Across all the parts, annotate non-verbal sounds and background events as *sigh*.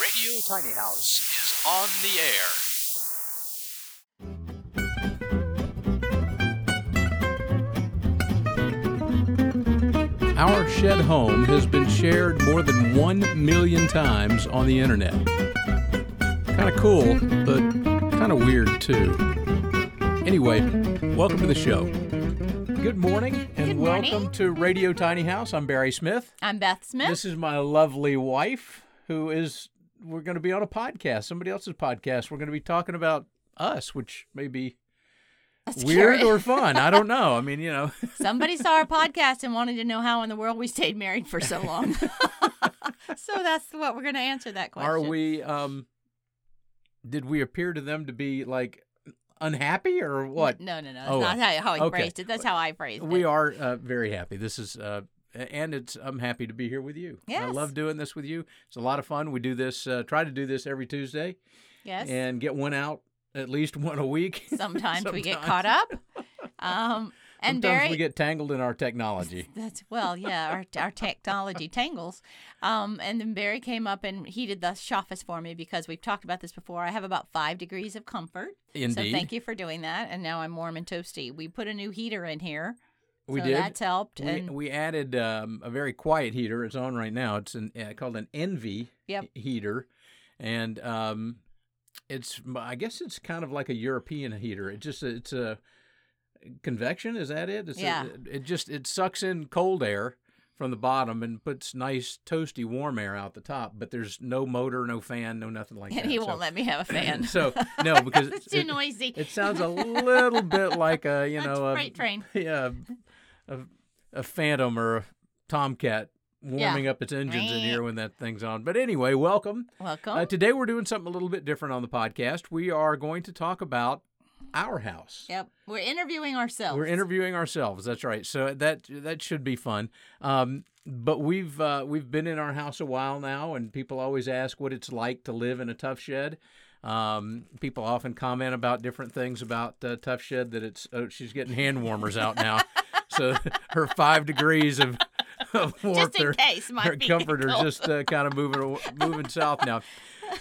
Radio Tiny House is on the air. Our shed home has been shared more than 1 million times on the internet. Kind of cool, but kind of weird too. Anyway, welcome to the show. Good morning and Good welcome morning. to Radio Tiny House. I'm Barry Smith. I'm Beth Smith. This is my lovely wife who is we're going to be on a podcast, somebody else's podcast. We're going to be talking about us, which may be That's weird scary. or fun. I don't know. I mean, you *laughs* know. Somebody saw our podcast and wanted to know how in the world we stayed married for *laughs* so long. *laughs* so that's what we're going to answer that question. Are we? Um, did we appear to them to be like unhappy or what? No, no, no. That's Oh, not how, how I okay. phrased it. That's how I phrased it. We are uh, very happy. This is, uh, and it's. I'm happy to be here with you. I Yes. love doing this with you. It's a lot of fun. We do this. Uh, try to do this every Tuesday Yes. and *laughs* get one out at least *laughs* one a week. sometimes, we get Sometimes. caught up. Um, and Sometimes Barry. we get tangled in our technology. that's well, yeah. Our, our technology tangles, um, and then Barry came up and heated the chauffeuse for me because we've talked about this before. I have about five degrees of comfort, Indeed, so thank you for doing that. And now I'm warm and toasty. We put a new heater in here, we so did. That's helped. we, and we added um, a very quiet heater. It's on right now. It's an, uh, called an Envy Yep. he- heater, and um, it's I guess it's kind of like a European heater. It just it's a convection. Is that it? It's a- Yeah. it just it sucks in cold air from the bottom and puts nice toasty warm air out the top. But there's no motor, no fan, no nothing like that. *laughs* and he won't let me *laughs* have a fan. So *laughs* no, because it's it- too noisy. it sounds a little bit like a *laughs* you A know a, um, freight train. yeah, a, a phantom or a tomcat warming up its engines in here when that thing's on. But anyway, welcome. Welcome. Uh, today we're doing something a little bit different on the podcast. We are going to talk about our house. yep. We're interviewing ourselves. We're interviewing ourselves. That's right. So that that should be fun. Um, but we've uh, we've been in our house a while now, and people always ask what it's like to live in a tough shed. Um, people often comment about different things about uh, tough shed that it's oh, she's getting hand warmers out *laughs* now, so her five degrees of, of warmth just in are- case might her be comforter cold. just uh, kind of moving aw- *laughs* moving south now.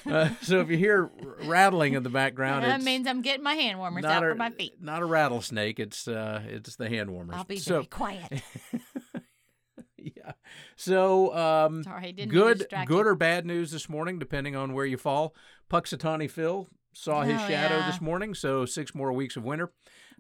Uh, so if you hear r- rattling in the background, That it's, means I'm getting my hand warmers not out a, for my feet. Not a rattlesnake. It's uh, it's the hand warmers. I'll be so very quiet. *laughs* yeah. So um, Sorry, I didn't mean to good distract good you. or bad news this morning, depending on where you fall. Puxatawny Phil saw his Oh, shadow yeah. this morning, so six more weeks of winter.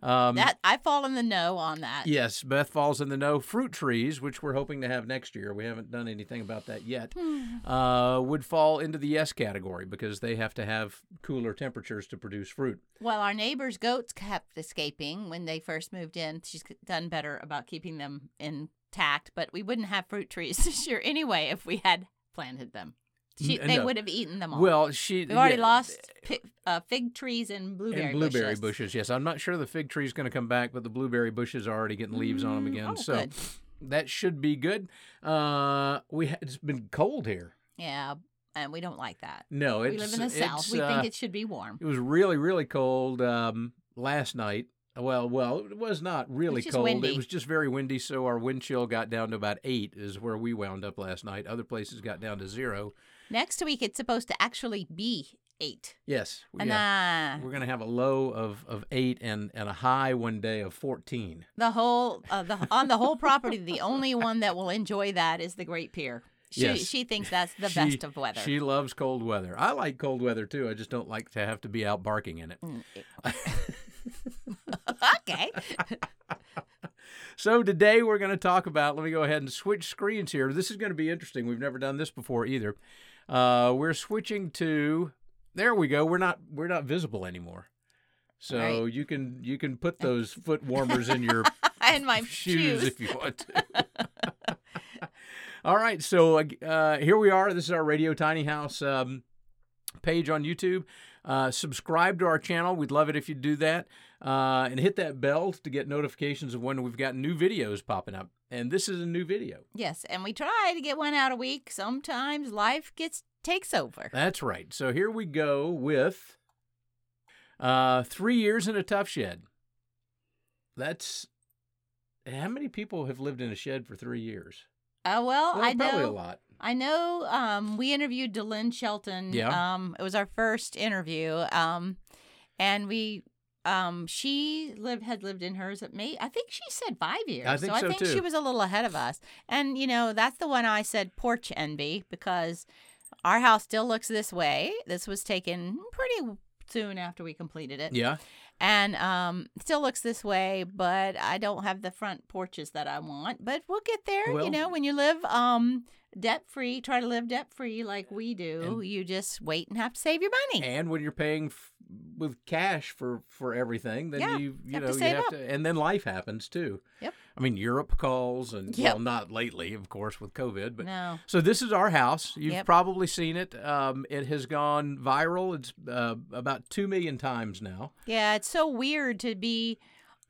Um, That I fall in the no on that. *laughs* Yes, Beth falls in the know. Fruit trees, which we're hoping to have next year, we haven't done anything about that yet, Hmm. uh, would fall into the yes category because they have to have cooler temperatures to produce fruit. Well, our neighbor's goats kept escaping when they first moved in. She's done better about keeping them intact, but we wouldn't have fruit trees *laughs* this year anyway if we had planted them. She, N- uh, they no. would have eaten them all. Well, she We've already yeah, eh, lost pi- uh, fig trees and blueberry, and blueberry bushes. bushes. Yes, I'm not sure the fig tree's going to come back, but the blueberry bushes are already getting leaves on them again. oh, so good. that should be good. Uh, we ha- it's been cold here. Yeah, and we don't like that. No, it's we live in the it's, south. We uh, think it should be warm. it was really really cold um, last night. Well, well, it was not really just cold. It windy. was just very windy, so our wind chill got down to about eight, is where we wound up last night. Other places got down to zero. Next week, it's supposed to actually be eight. Yes, And yeah. uh, we're gonna have a low of, of eight and, and a high one day of fourteen. the whole uh, the, on the whole *laughs* property, the only one that will enjoy that is the Great Pier. She Yes. she thinks that's *laughs* the She- best of weather. She loves cold weather. I like cold weather too. I just don't like to have to be out barking in it. Mm, *laughs* okay, *laughs* So today we're going to talk about. Let me go ahead and switch screens here. This is going to be interesting. We've never done this before either. Uh, we're switching to. There we go. We're not we're not visible anymore. So Right. you can you can put those foot warmers in *laughs* your and my shoes, shoes. if you want to. *laughs* All right, so uh, here we are. This is our Radio Tiny House um, page on YouTube. Uh, subscribe to our channel. We'd love it if you do that. Uh, and hit that bell to get notifications of when we've got new videos popping up. And this is a new video. Yes, and we try to get one out a week. Sometimes life gets takes over. That's right. So here we go with uh, three years in a tough shed. That's how many people have lived in a shed for three years? Uh, well, Well, I know. probably a lot. I know um, we interviewed Delin Shelton. Yeah. Um, it was our first interview, um, and we um, she lived had lived in hers at me. I think she said five years. I think so. so, I think too. she was a little ahead of us. And you know that's the one I said porch envy because our house still looks this way. This was taken pretty soon after we completed it Yeah. and um, still looks this way, but I don't have the front porches that I want. But we'll get there. Well- you know, when you live um, debt free, try to live debt free like we do. you just wait and have to save your money. And when you're paying f- with cash for for everything, then Yeah, you you have to know you save have up. to, and then life happens too. Yep. I mean, Europe calls, and Yep. well, not lately, of course, with COVID, but. no, So this is our house. You've Yep. probably seen it. Um, it has gone viral. It's uh, about two million times now. yeah, it's so weird to be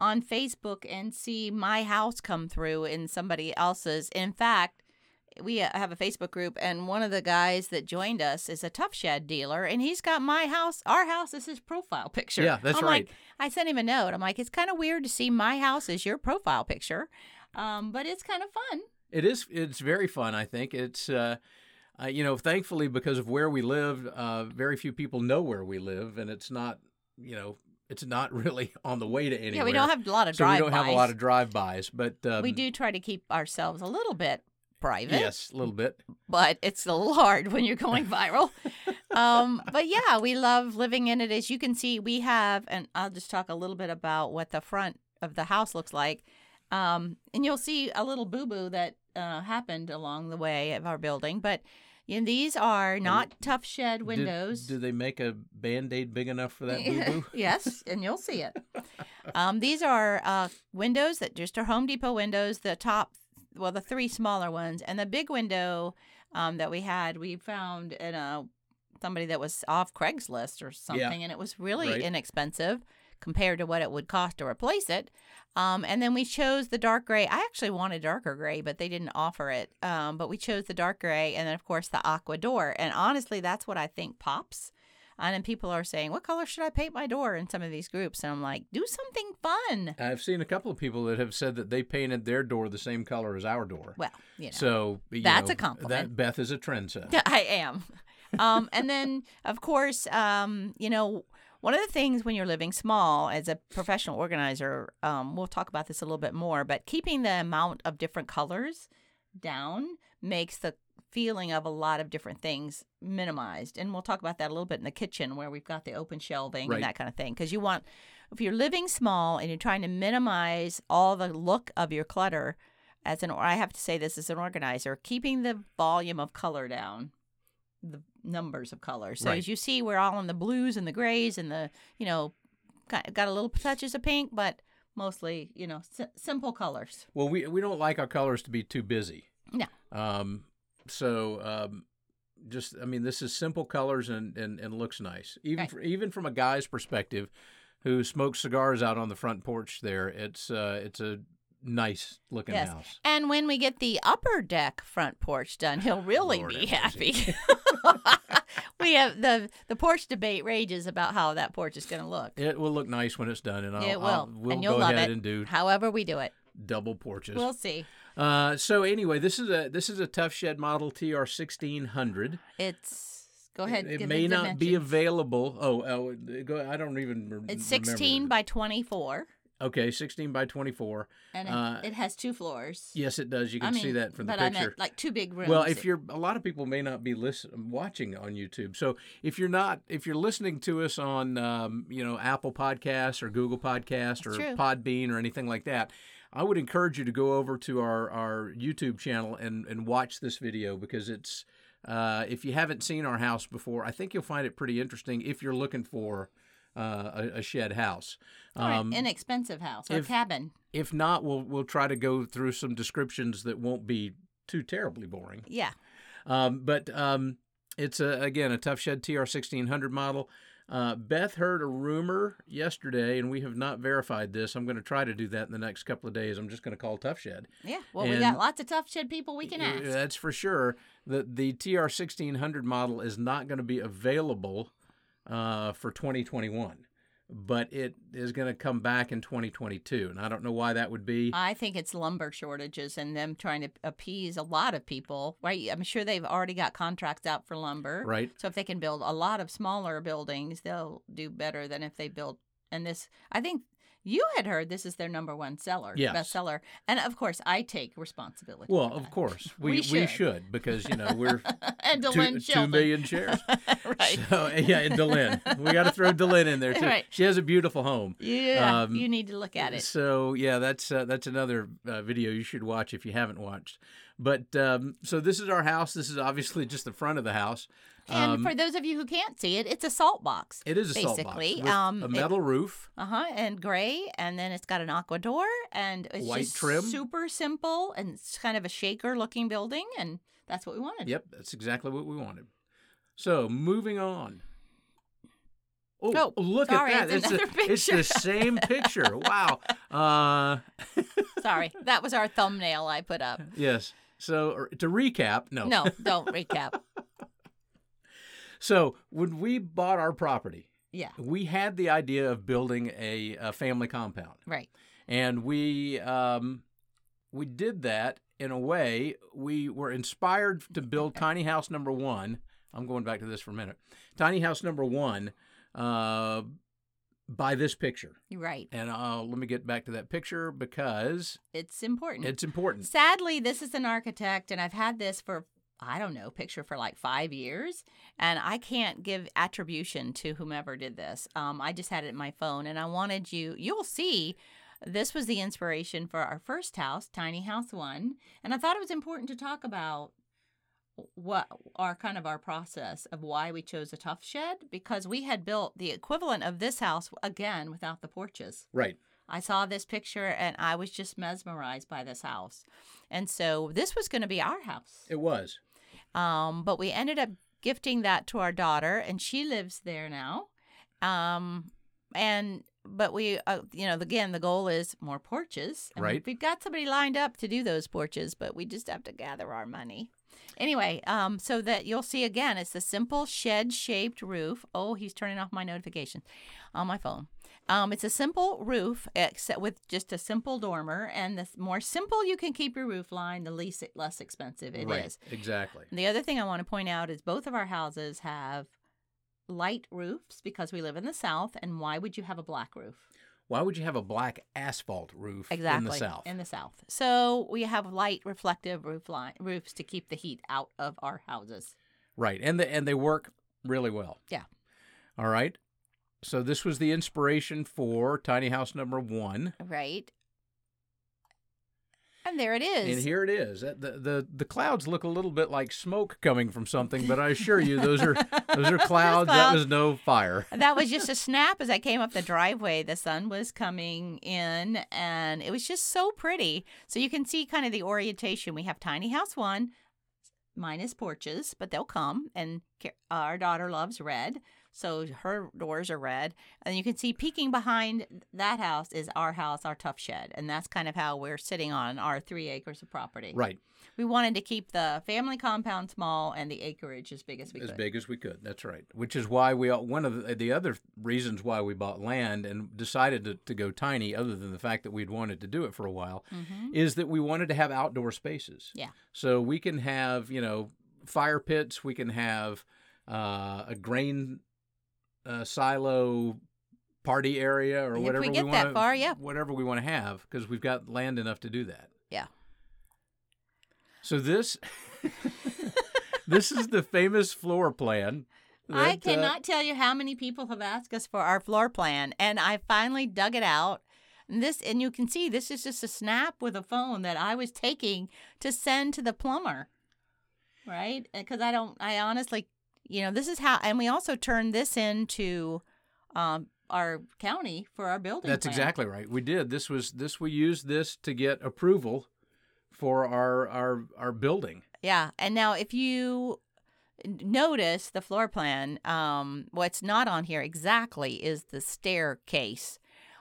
on Facebook and see my house come through in somebody else's. In fact. We uh, have a Facebook group, and one of the guys that joined us is a tough shed dealer, and he's got my house, our house, as his profile picture. Yeah, that's I'm right. like, I sent him a note. I'm like, it's kind of weird to see my house as your profile picture, um, but it's kind of fun. It is. It's very fun. I think it's. Uh, uh, you know, thankfully, because of where we live, uh, very few people know where we live, and it's not. You know, it's not *laughs* really on the way to anywhere. Yeah, we don't have a lot of so we drive don't have a lot of drive-bys, but um, we do try to keep ourselves a little bit private, Yes, a little bit. but it's a little *laughs* hard when you're going viral. um, but yeah, we love living in it. As you can see, we have, and I'll just talk a little bit about what the front of the house looks like. Um, and you'll see a little boo boo that uh, happened along the way of our building, but. you know, these are not tough shed Did- windows. Do they make a band-aid big enough *laughs* for that boo-boo? yes, and you'll see it. Um, these are uh, windows that just are Home Depot windows. The top, well, the three smaller ones, and the big window um, that we had, we found in a somebody that was off Craigslist or something, and it was really Right. inexpensive compared to what it would cost to replace it. Um, and then we chose the dark gray. I actually wanted darker gray, but they didn't offer it. Um, but we chose the dark gray, and then of course the aqua door. And honestly, that's what I think pops. And then people are saying, "What color should I paint my door?" In some of these groups, and I'm like, "Do something fun." I've seen a couple of people that have said that they painted their door the same color as our door. Well, you know. So you That's know, a compliment. That Beth is a trendsetter. Yeah, *laughs* I am. Um, and then, of course, um, you know, one of the things when you're living small as a professional organizer, um, we'll talk about this a little bit more, but keeping the amount of different colors down makes the feeling of a lot of different things minimized. And we'll talk about that a little bit in the kitchen where we've got the open shelving Right. and that kind of thing. Because you want, if you're living small and you're trying to minimize all the look of your clutter, as an, I have to say this as an organizer, keeping the volume of color down the numbers of color. So Right. as you see, we're all in the blues and the grays and the you know got, got a little touches of pink, but mostly you know s- simple colors. Well, we we don't like our colors to be too busy. No. Um, so um, just I mean, this is simple colors and and, and looks nice. Even Right. fr- even from a guy's perspective, who smokes cigars out on the front porch, there it's uh, it's a nice looking Yes. house. And when we get the upper deck front porch done, he'll really Lord be have mercy. happy. *laughs* *laughs* we have the the porch debate rages about how that porch is going to look. It will look nice when it's done, and I'll, it will, I'll- we'll and you'll go love ahead it. and do However, we do it, double porches. we'll see. uh, so anyway, this is a this is a Tough Shed Model TR sixteen hundred. It's go ahead. It give may the not be dimensions. available. Oh, oh go, I don't even. Rem- It's remember sixteen the- by twenty four, Okay, 16 by 24. and it, Uh, it has two floors. Yes, it does. You can I mean, see that from the but I picture. meant like two big rooms. well, if you're a lot of people may not be listen, watching on YouTube. So if you're not, if you're listening to us on, um, you know, Apple Podcasts or Google Podcasts or true. Podbean or anything like that, I would encourage you to go over to our our YouTube channel and and watch this video because it's. Uh, if you haven't seen our house before, I think you'll find it pretty interesting if you're looking for uh, a, a shed house. Or an inexpensive house or um, if- cabin. if not, we'll we'll try to go through some descriptions that won't be too terribly boring. Yeah. Um, but um, it's a, again a Tough Shed TR sixteen hundred model. Uh, Beth heard a rumor yesterday, and we have not verified this. I'm going to try to do that in the next couple of days. I'm just going to call Tough Shed. Yeah. Well, we And- got lots of tough shed people we can Uh, ask. That's for sure. The the TR sixteen hundred model is not going to be available uh, for 2021. but it is going to come back in 2022. And I don't know why that would be. I think it's lumber shortages and them trying to appease a lot of people, right? I'm sure they've already got contracts out for lumber. Right. So if they can build a lot of smaller buildings, they'll do better than if they build. And this, I think you had heard this is their number one seller, Yes. best seller. And of course, I take responsibility. for Well, *laughs* of that. course, We we, we, should. should. because, you know, *laughs* we're and two- Delenn two Sheldon. million shares. *laughs* right. So, yeah, and Delenn. We got to throw Delenn in there, too. Right. She has a beautiful home. yeah, um, you need to look at it. So yeah, that's uh, that's another uh, video you should watch if you haven't watched. But um, so this is our house. This is obviously just the front of the house. And Um, for those of you who can't see it, it's a salt box. it is a salt box basically, with um, a it- metal roof. Uh huh. And gray, and then it's got an aqua door, and it's White just trim. super simple, and it's kind of a shaker looking building, and that's what we wanted. Yep, that's exactly what we wanted. So moving on. Oh, Oh, look sorry, at that! it's the- another it's the picture. same picture. *laughs* Wow. Uh, Sorry, that was our thumbnail I put up. yes. So er, to recap, *laughs* no. No, don't recap. So when we bought our property, Yeah, we had the idea of building a, a family compound. right. and we um, we did that in a way. We were inspired to build tiny house number one. I'm going back to this for a minute. Tiny house number one uh, by this picture, You're right. and uh, let me get back to that picture because It's important. it's important. Sadly, this is an architect, and I've had this for I don't know picture for like five years, and I can't give attribution to whomever did this. Um, I just had it in my phone, and I wanted you. You'll see. This was the inspiration for our first house, tiny house one, and I thought it was important to talk about what our kind of our process of why we chose a tough shed because we had built the equivalent of this house again without the porches. Right. I saw this picture and I was just mesmerized by this house. And so this was going to be our house. It was. Um, but we ended up gifting that to our daughter and she lives there now. Um, and but we uh, you know again the goal is more porches. And Right. We've got somebody lined up to do those porches, but we just have to gather our money. Anyway, um, so that you'll see again, it's the simple shed shaped roof. Oh, he's turning off my notifications on my phone. Um, it's a simple roof, except with just a simple dormer. And the s- more simple you can keep your roof line, the least less expensive it is. right. Exactly. The other thing I want to point out is both of our houses have light roofs because we live in the South. And why would you have a black roof? Why would you have a black asphalt roof Exactly. in the south? In the South. So we have light reflective roof line, roofs to keep the heat out of our houses. Right, and the, and they work really well. Yeah. All right. So this was the inspiration for tiny house number one, Right. And there it is. and here it is. That- The, the the clouds look a little bit like smoke coming from something, but I assure you, those *laughs* are those are clouds. That clouds. was no fire. that was just a snap as I came up the driveway. The sun was coming in and it was just so pretty. So you can see kind of the orientation. We have tiny house one, mine is porches, but they'll come. And Ca- our daughter loves red. So her doors are red. And you can see peeking behind that house is our house, our tough shed. And that's kind of how we're sitting on our three acres of property. Right, We wanted to keep the family compound small and the acreage as big as we as could. big as we could. That's right. Which is why we all- one of the, the other reasons why we bought land and decided to, to go tiny, other than the fact that we'd wanted to do it for a while, is that we wanted to have outdoor spaces. Mm-hmm. Yeah. So we can have, you know, fire pits. We can have uh, a grain uh, silo party area or If we whatever get that want far, yeah. whatever we want to have because we've got land enough to do that. Yeah. So this this is the famous floor plan. *laughs* I that, uh, cannot tell you how many people have asked us for our floor plan, and I finally dug it out. And this, and you can see this is just a snap with a phone that I was taking to send to the plumber, right? Because I don't, I honestly, you know, this is how, and we also turned this into um, our county for our building. That's plan. exactly right. We did. This was this we used this to get approval for our our our building. Yeah. And now, if you n- notice the floor plan, um, what's not on here exactly is the staircase.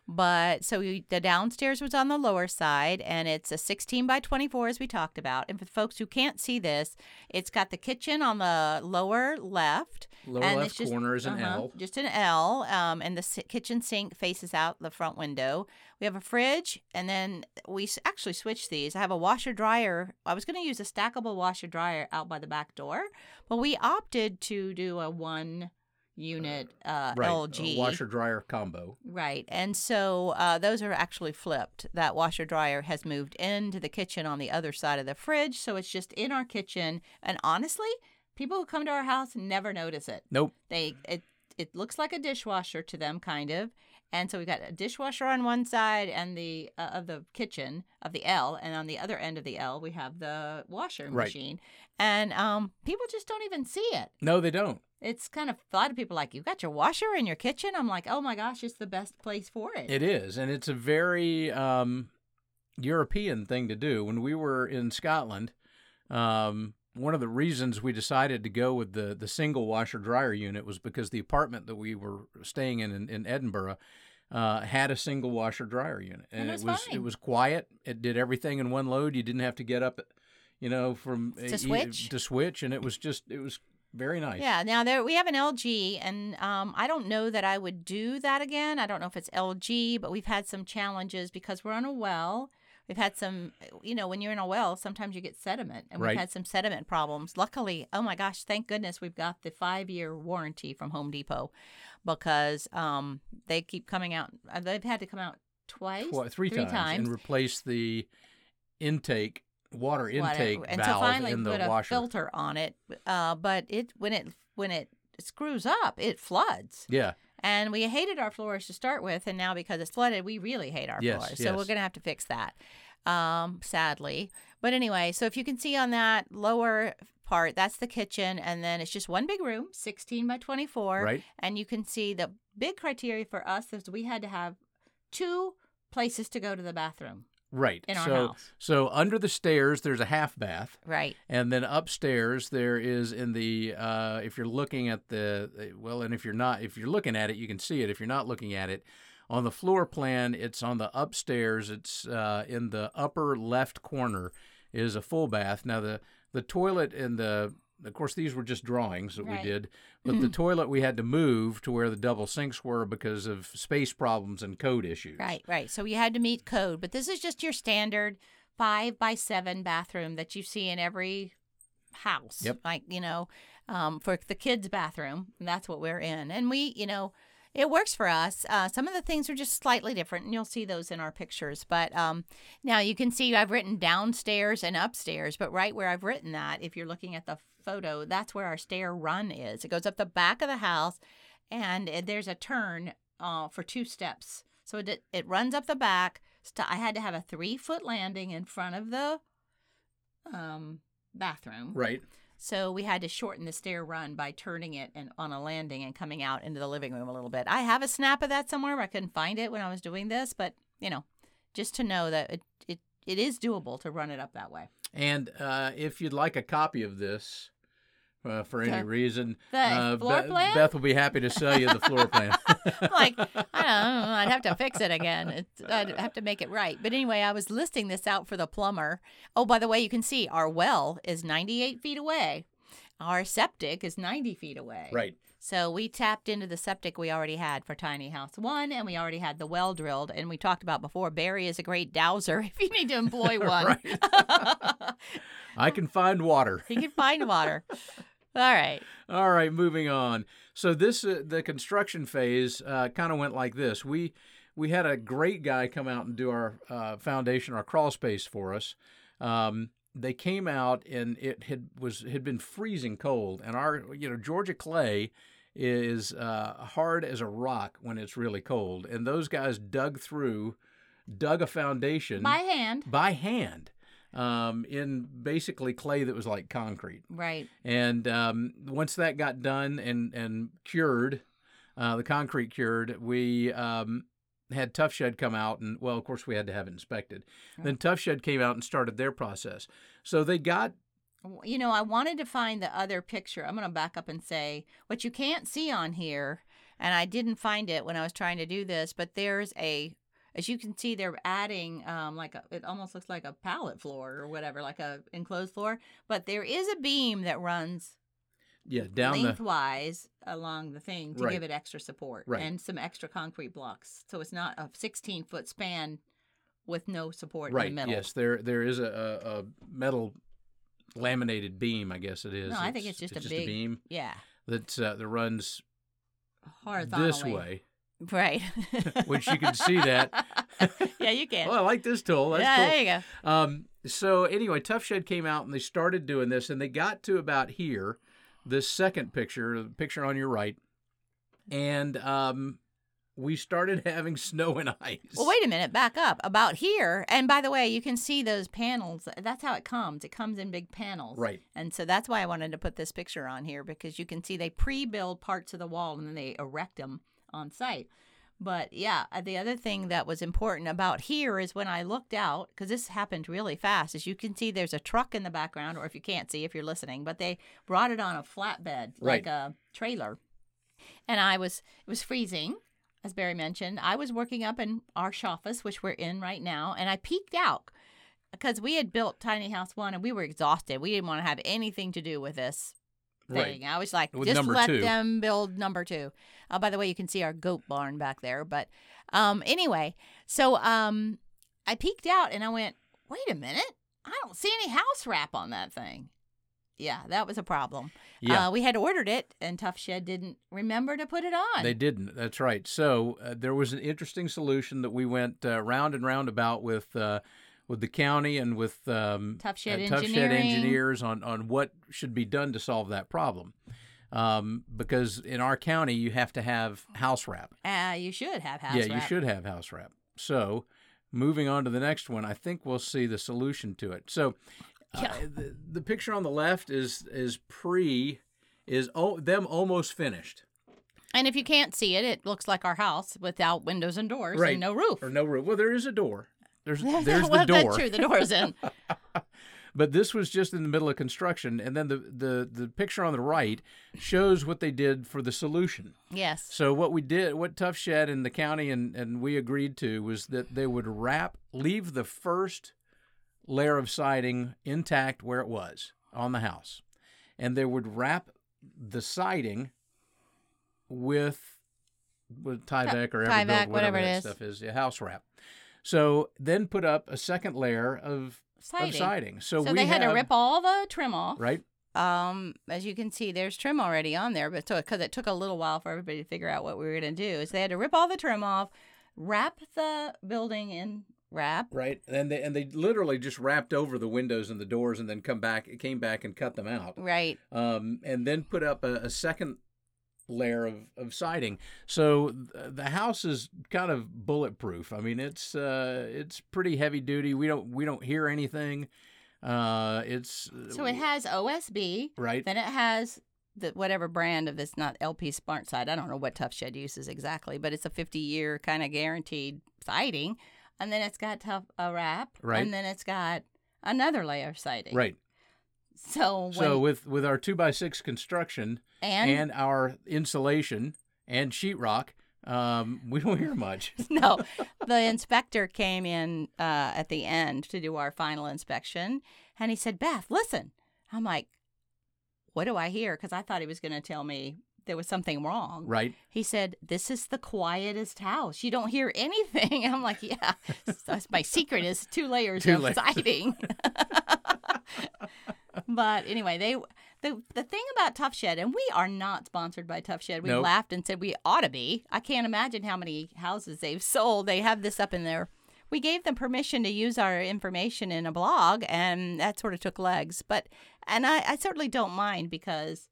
But so we, the downstairs was on the lower side, and it's a 16 by 24, as we talked about. And for the folks who can't see this, it's got the kitchen on the lower left. Lower and left it's just, corner is an uh-huh, L. Just an L. Um, and the si- kitchen sink faces out the front window. We have a fridge, and then we s- actually switched these. I have a washer dryer. I was going to use a stackable washer dryer out by the back door, but we opted to do a one unit uh, Right. LG. Washer dryer combo. Right. And so uh, those are actually flipped. That washer dryer has moved into the kitchen on the other side of the fridge. So it's just in our kitchen. And honestly, people who come to our house never notice it. Nope. They it it looks like a dishwasher to them, kind of. And so we've got a dishwasher on one side and the uh, of the kitchen of the L, and on the other end of the L we have the washer Right. machine. And um, people just don't even see it. No, they don't. It's kind of a lot of people are like you got your washer in your kitchen. I'm like, oh my gosh, it's the best place for it. It is, and it's a very um, European thing to do. When we were in Scotland, um, one of the reasons we decided to go with the the single washer dryer unit was because the apartment that we were staying in in, in Edinburgh. Uh, had a single washer dryer unit, And it was it fine. was quiet. It did everything in one load. You didn't have to get up, you know, from e, To switch? to switch, and it was just it was very nice. Yeah. Now there we have an LG, and um, I don't know that I would do that again. I don't know if it's LG, but we've had some challenges because we're on a well. We've had some, you know, when you're in a well, sometimes you get sediment, and Right. we've had some sediment problems. Luckily, oh my gosh, thank goodness we've got the five year warranty from Home Depot because um, they keep coming out. uh, They've had to come out twice, twi- three, times, and replace the intake water what it- intake and valve so finally in the put a washer. filter on it. Uh, but it when it when it screws up, it floods. Yeah, And we hated our floors to start with, and now because it's flooded, we really hate our Yes, floors. So we're yes. going to have to fix that, um, sadly. But anyway, so if you can see on that lower part, that's the kitchen, and then it's just one big room, 16 by 24. Right. And you can see the big criteria for us is we had to have two places to go to the bathroom. right. In our so, house. so under the stairs, there's a half bath, Right. and then upstairs there is in the uh, if you're looking at the well, and if you're not if you're looking at it, you can see it. If you're not looking at it. On the floor plan, it's on the upstairs. It's uh, in the upper left corner is a full bath. Now the the toilet and the of course these were just drawings that Right. we *clears throat* did, but the toilet we had to move to where the double sinks were because of space problems and code issues. Right, right. So you had to meet code, but this is just your standard five by seven bathroom that you see in every house. Yep. Like, you know, um, for the kids' bathroom, and that's what we're in. And we, you know, it works for us. Uh, some of the things are just slightly different, and you'll see those in our pictures. But um, now you can see I've written downstairs and upstairs, but right where I've written that, if you're looking at the photo, that's where our stair run is. It goes up the back of the house, and it- there's a turn uh, for two steps. So it, it runs up the back. St- I had to have a three foot landing in front of the um, bathroom. Right. So we had to shorten the stair run by turning it and on a landing and coming out into the living room a little bit. I have a snap of that somewhere. but I couldn't find it when I was doing this, but you know, just to know that it it, it is doable to run it up that way. And uh, if you'd like a copy of this uh, for any The- reason, the uh, floor Be- plan? Beth will be happy to sell you the floor *laughs* plan. like I don't know, I'd have to fix it again. It's, I'd have to make it right. But anyway, I was listing this out for the plumber. Oh, by the way, you can see our well is 98 feet away. Our septic is 90 feet away. right. So we tapped into the septic we already had for Tiny House One, and we already had the well drilled. And we talked about before, Barry is a great dowser *laughs* if you need to employ one. I can find water. *laughs* He can find water. All right. All right, moving on. So this uh, the construction phase uh, kind of went like this. We we had a great guy come out and do our uh, foundation, our crawl space for us. Um, they came out and it had was had been freezing cold, and our you know Georgia clay is uh, hard as a rock when it's really cold, and those guys dug through, dug a foundation By hand. by hand um, in basically clay that was like concrete. Right. And um, once that got done and and cured, uh, the concrete cured, we um, had Tough Shed come out and well, of course, we had to have it inspected. Then Tough Shed came out and started their process. So they got You know, I wanted to find the other picture. I'm going to back up and say what you can't see on here, and I didn't find it when I was trying to do this, but there's a. As you can see, they're adding um, like a, it almost looks like a pallet floor or whatever, like a enclosed floor. But there is a beam that runs yeah, down the lengthwise along the thing to Right. give it extra support Right. and some extra concrete blocks. So it's not a 16 foot span with no support right. in the middle. Yes, there there is a, a, a metal laminated beam. I guess it is. No, I think it's just a big- beam Yeah. that uh, that runs Horizontally. this way, *laughs* Right. which you can see that. *laughs* yeah, you can. Oh, I like this tool. That's yeah, cool. there you go. Um, so anyway, Tough Shed came out and they started doing this, and they got to about here, this second picture, the picture on your right, and um, we started *laughs* having snow and ice. Well, wait a minute. Back up about here. And by the way, you can see those panels. That's how it comes. It comes in big panels. Right. And so that's why I wanted to put this picture on here because you can see they pre-build parts of the wall and then they erect them on site. But yeah, uh, the other thing that was important about here is when I looked out because this happened really fast. As you can see, there's a truck in the background, or if you can't see, if you're listening, but they brought it on a flatbed Right. like a trailer, and I was it was freezing. As Barry mentioned, I was working up in our office, which we're in right now, and I peeked out because we had built tiny house one and we were exhausted. We didn't want to have anything to do with this Right. thing. I was like, With just number let two. them build number two. Uh, by the way, you can see our goat barn back there. But um, anyway, so um, I peeked out and I went, wait a minute, I don't see any house wrap on that thing. Yeah, that was a problem. Yeah. Uh, we had ordered it and Tough Shed didn't remember to put it on. They didn't. That's right. So uh, there was an interesting solution that we went uh, round and round about with uh, with the county and with um, Tough Shed uh, Tough Shed Engineering. engineers on on what should be done to solve that problem. Um, because in our county, you have to have house wrap. uh, you should have house yeah, wrap. you should have house wrap. So, moving on to the next one, I think we'll see the solution to it. So, uh, the, the picture on the left is is pre is oh, them almost finished. And if you can't see it, it looks like our house without windows and doors Right. and no roof. Or no roof. Well, there is a door. *laughs* There's Well, there's the that's door. true. The *laughs* door's in. But this was just in the middle of construction, and then the the the picture on the right shows what they did for the solution. Yes. So what we did, what Tough Shed and the county and, and we agreed to was that they would wrap, leave the first layer of siding intact where it was on the house, and they would wrap the siding with, with Tyvek or Tyvek, Everbuilt, whatever it that is. stuff is, yeah, house wrap. So then put up a second layer of siding. Siding. Of siding. So, So, we they had to have- rip all the trim off. right. Um, as you can see, there's trim already on there, but so because it took a little while for everybody to figure out what we were going to do, is they had to rip all the trim off, wrap the building in wrap. Right, and they and they literally just wrapped over the windows and the doors, and then come back, came back and cut them out, Right. um, and then put up a, a second layer of, of siding. So th- the house is kind of bulletproof. I mean, it's uh, it's pretty heavy duty. We don't we don't hear anything. Uh, it's So it has OSB. right. Then it has the whatever brand of this, not LP Smart Side. I don't know what Tough Shed uses exactly, but it's a 50 year kind of guaranteed siding. And then it's got tough a wrap. Right. And then it's got another layer of siding. Right. So, when, So with with our two by six construction and, and, our insulation and sheetrock, um, *laughs* we don't hear much. *laughs* no, the inspector came in uh, at the end to do our final inspection, and he said, "Beth, listen." I'm like, "What do I hear?" Because I thought he was going to tell me there was something wrong. right. He said, "This is the quietest house. You don't hear anything." *laughs* I'm like, "Yeah, So that's my secret is two layers Two of layers. siding." *laughs* but anyway, they the the thing about Tough Shed, and we are not sponsored by Tough Shed. We Nope. laughed and said we ought to be. I can't imagine how many houses they've sold. They have this up in there. We gave them permission to use our information in a blog, and that sort of took legs. But and I, I certainly don't mind because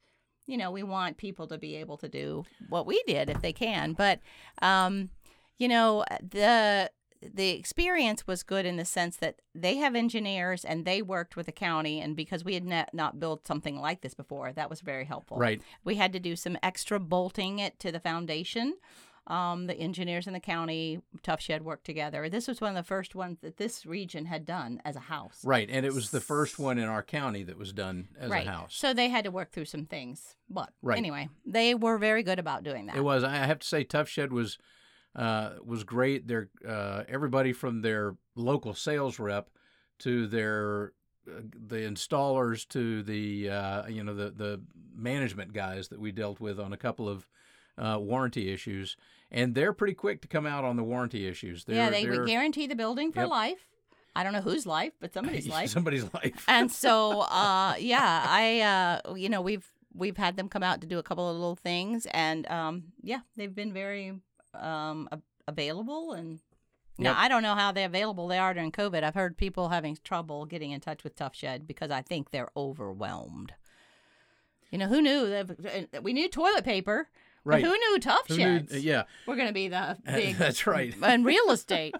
you know, we want people to be able to do what we did if they can. But, um, you know, the the experience was good in the sense that they have engineers and they worked with the county, and because we had not, not built something like this before, that was very helpful. Right. We had to do some extra bolting it to the foundation. Um, the engineers in the county, Tough Shed, worked together. This was one of the first ones that this region had done as a house. Right, and it was the first one in our county that was done as right. a house. So they had to work through some things. But Right. anyway, they were very good about doing that. It was. I have to say, Tough Shed was uh, was great. Their uh, everybody from their local sales rep to their the installers to the uh, you know the the management guys that we dealt with on a couple of uh, warranty issues, and they're pretty quick to come out on the warranty issues. They're, yeah, they they're- would guarantee the building for Yep. life. I don't know whose life, *laughs* but somebody's life. Somebody's life. and so uh yeah i uh you know we've we've had them come out to do a couple of little things and um yeah they've been very um a- available and now Yep. i don't know how they available they are during covid i've heard people having trouble getting in touch with tough shed because i think they're overwhelmed you know who knew that we knew toilet paper but Right. who knew tough Who knew- uh, sheds yeah, we're gonna *laughs* be the big that's right. and real estate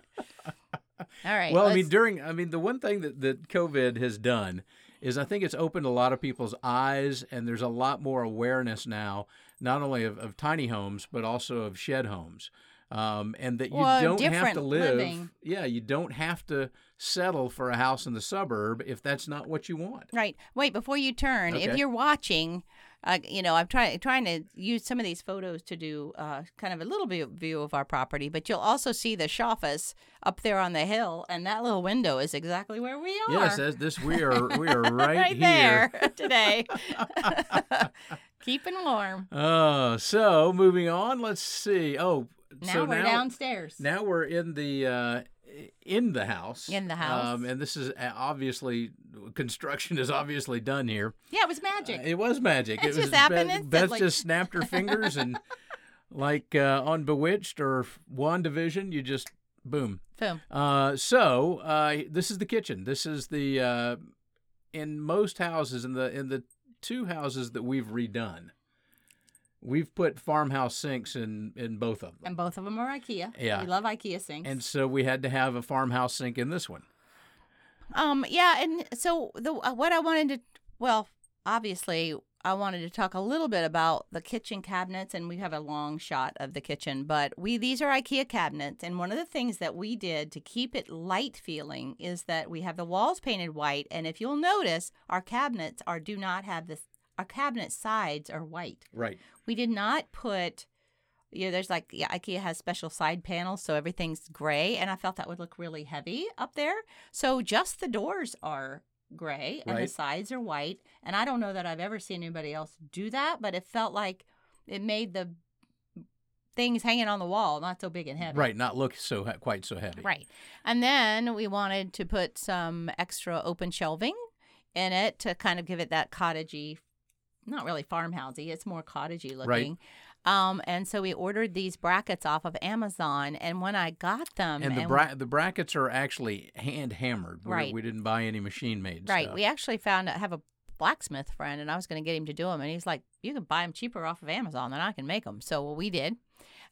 all right Well, I let's- mean, during I mean, the one thing that, that COVID has done is I think it's opened a lot of people's eyes, and there's a lot more awareness now, not only of, of tiny homes but also of shed homes, um, and that you Well, don't have to different live. living. Yeah, you don't have to settle for a house in the suburb if that's not what you want. Right. Wait, before you turn, if Okay. you're watching, uh, you know, I'm trying trying to use some of these photos to do uh, kind of a little bit view of our property, but you'll also see the Shaffas up there on the hill, and that little window is exactly where we are. Yes, that's this we are we are right, *laughs* right here. there *laughs* *laughs* today. Keeping warm. Uh, so moving on, let's see. Oh, Now so we're now, downstairs. Now we're in the uh, in the house. In the house. um, and this is obviously construction is obviously done here. yeah, it was magic. Uh, It was magic. It was just happened Beth, Beth instantly. just snapped her fingers *laughs* and, like uh, on Bewitched or Wandavision, you just boom. Boom. Uh, so uh, this is the kitchen. This is the uh, in most houses in the in the two houses that we've redone. We've put farmhouse sinks in in both of them. And both of them are IKEA. Yeah. We love IKEA sinks. And so we had to have a farmhouse sink in this one. Um. Yeah. And so the uh, what I wanted to well, obviously I wanted to talk a little bit about the kitchen cabinets, and we have a long shot of the kitchen, but we these are IKEA cabinets, and one of the things that we did to keep it light feeling is that we have the walls painted white, and if you'll notice, our cabinets are do not have this. Our cabinet sides are white. Right. We did not put. You know, there's like yeah, IKEA has special side panels, so everything's gray, and I felt that would look really heavy up there. So just the doors are gray and the Right. sides are white, and I don't know that I've ever seen anybody else do that, but it felt like it made the things hanging on the wall not so big and heavy. Right. Not look so he- quite so heavy. Right. And then we wanted to put some extra open shelving in it to kind of give it that cottagey, not really farmhousey, it's more cottagey looking. Um, and so we ordered these brackets off of Amazon. And when I got them, And the bra- the brackets are actually hand hammered. We- Right. We didn't buy any machine made right, stuff. we actually found I have a blacksmith friend, and I was going to get him to do them, and he's like, "You can buy them cheaper off of Amazon than I can make them." So we did.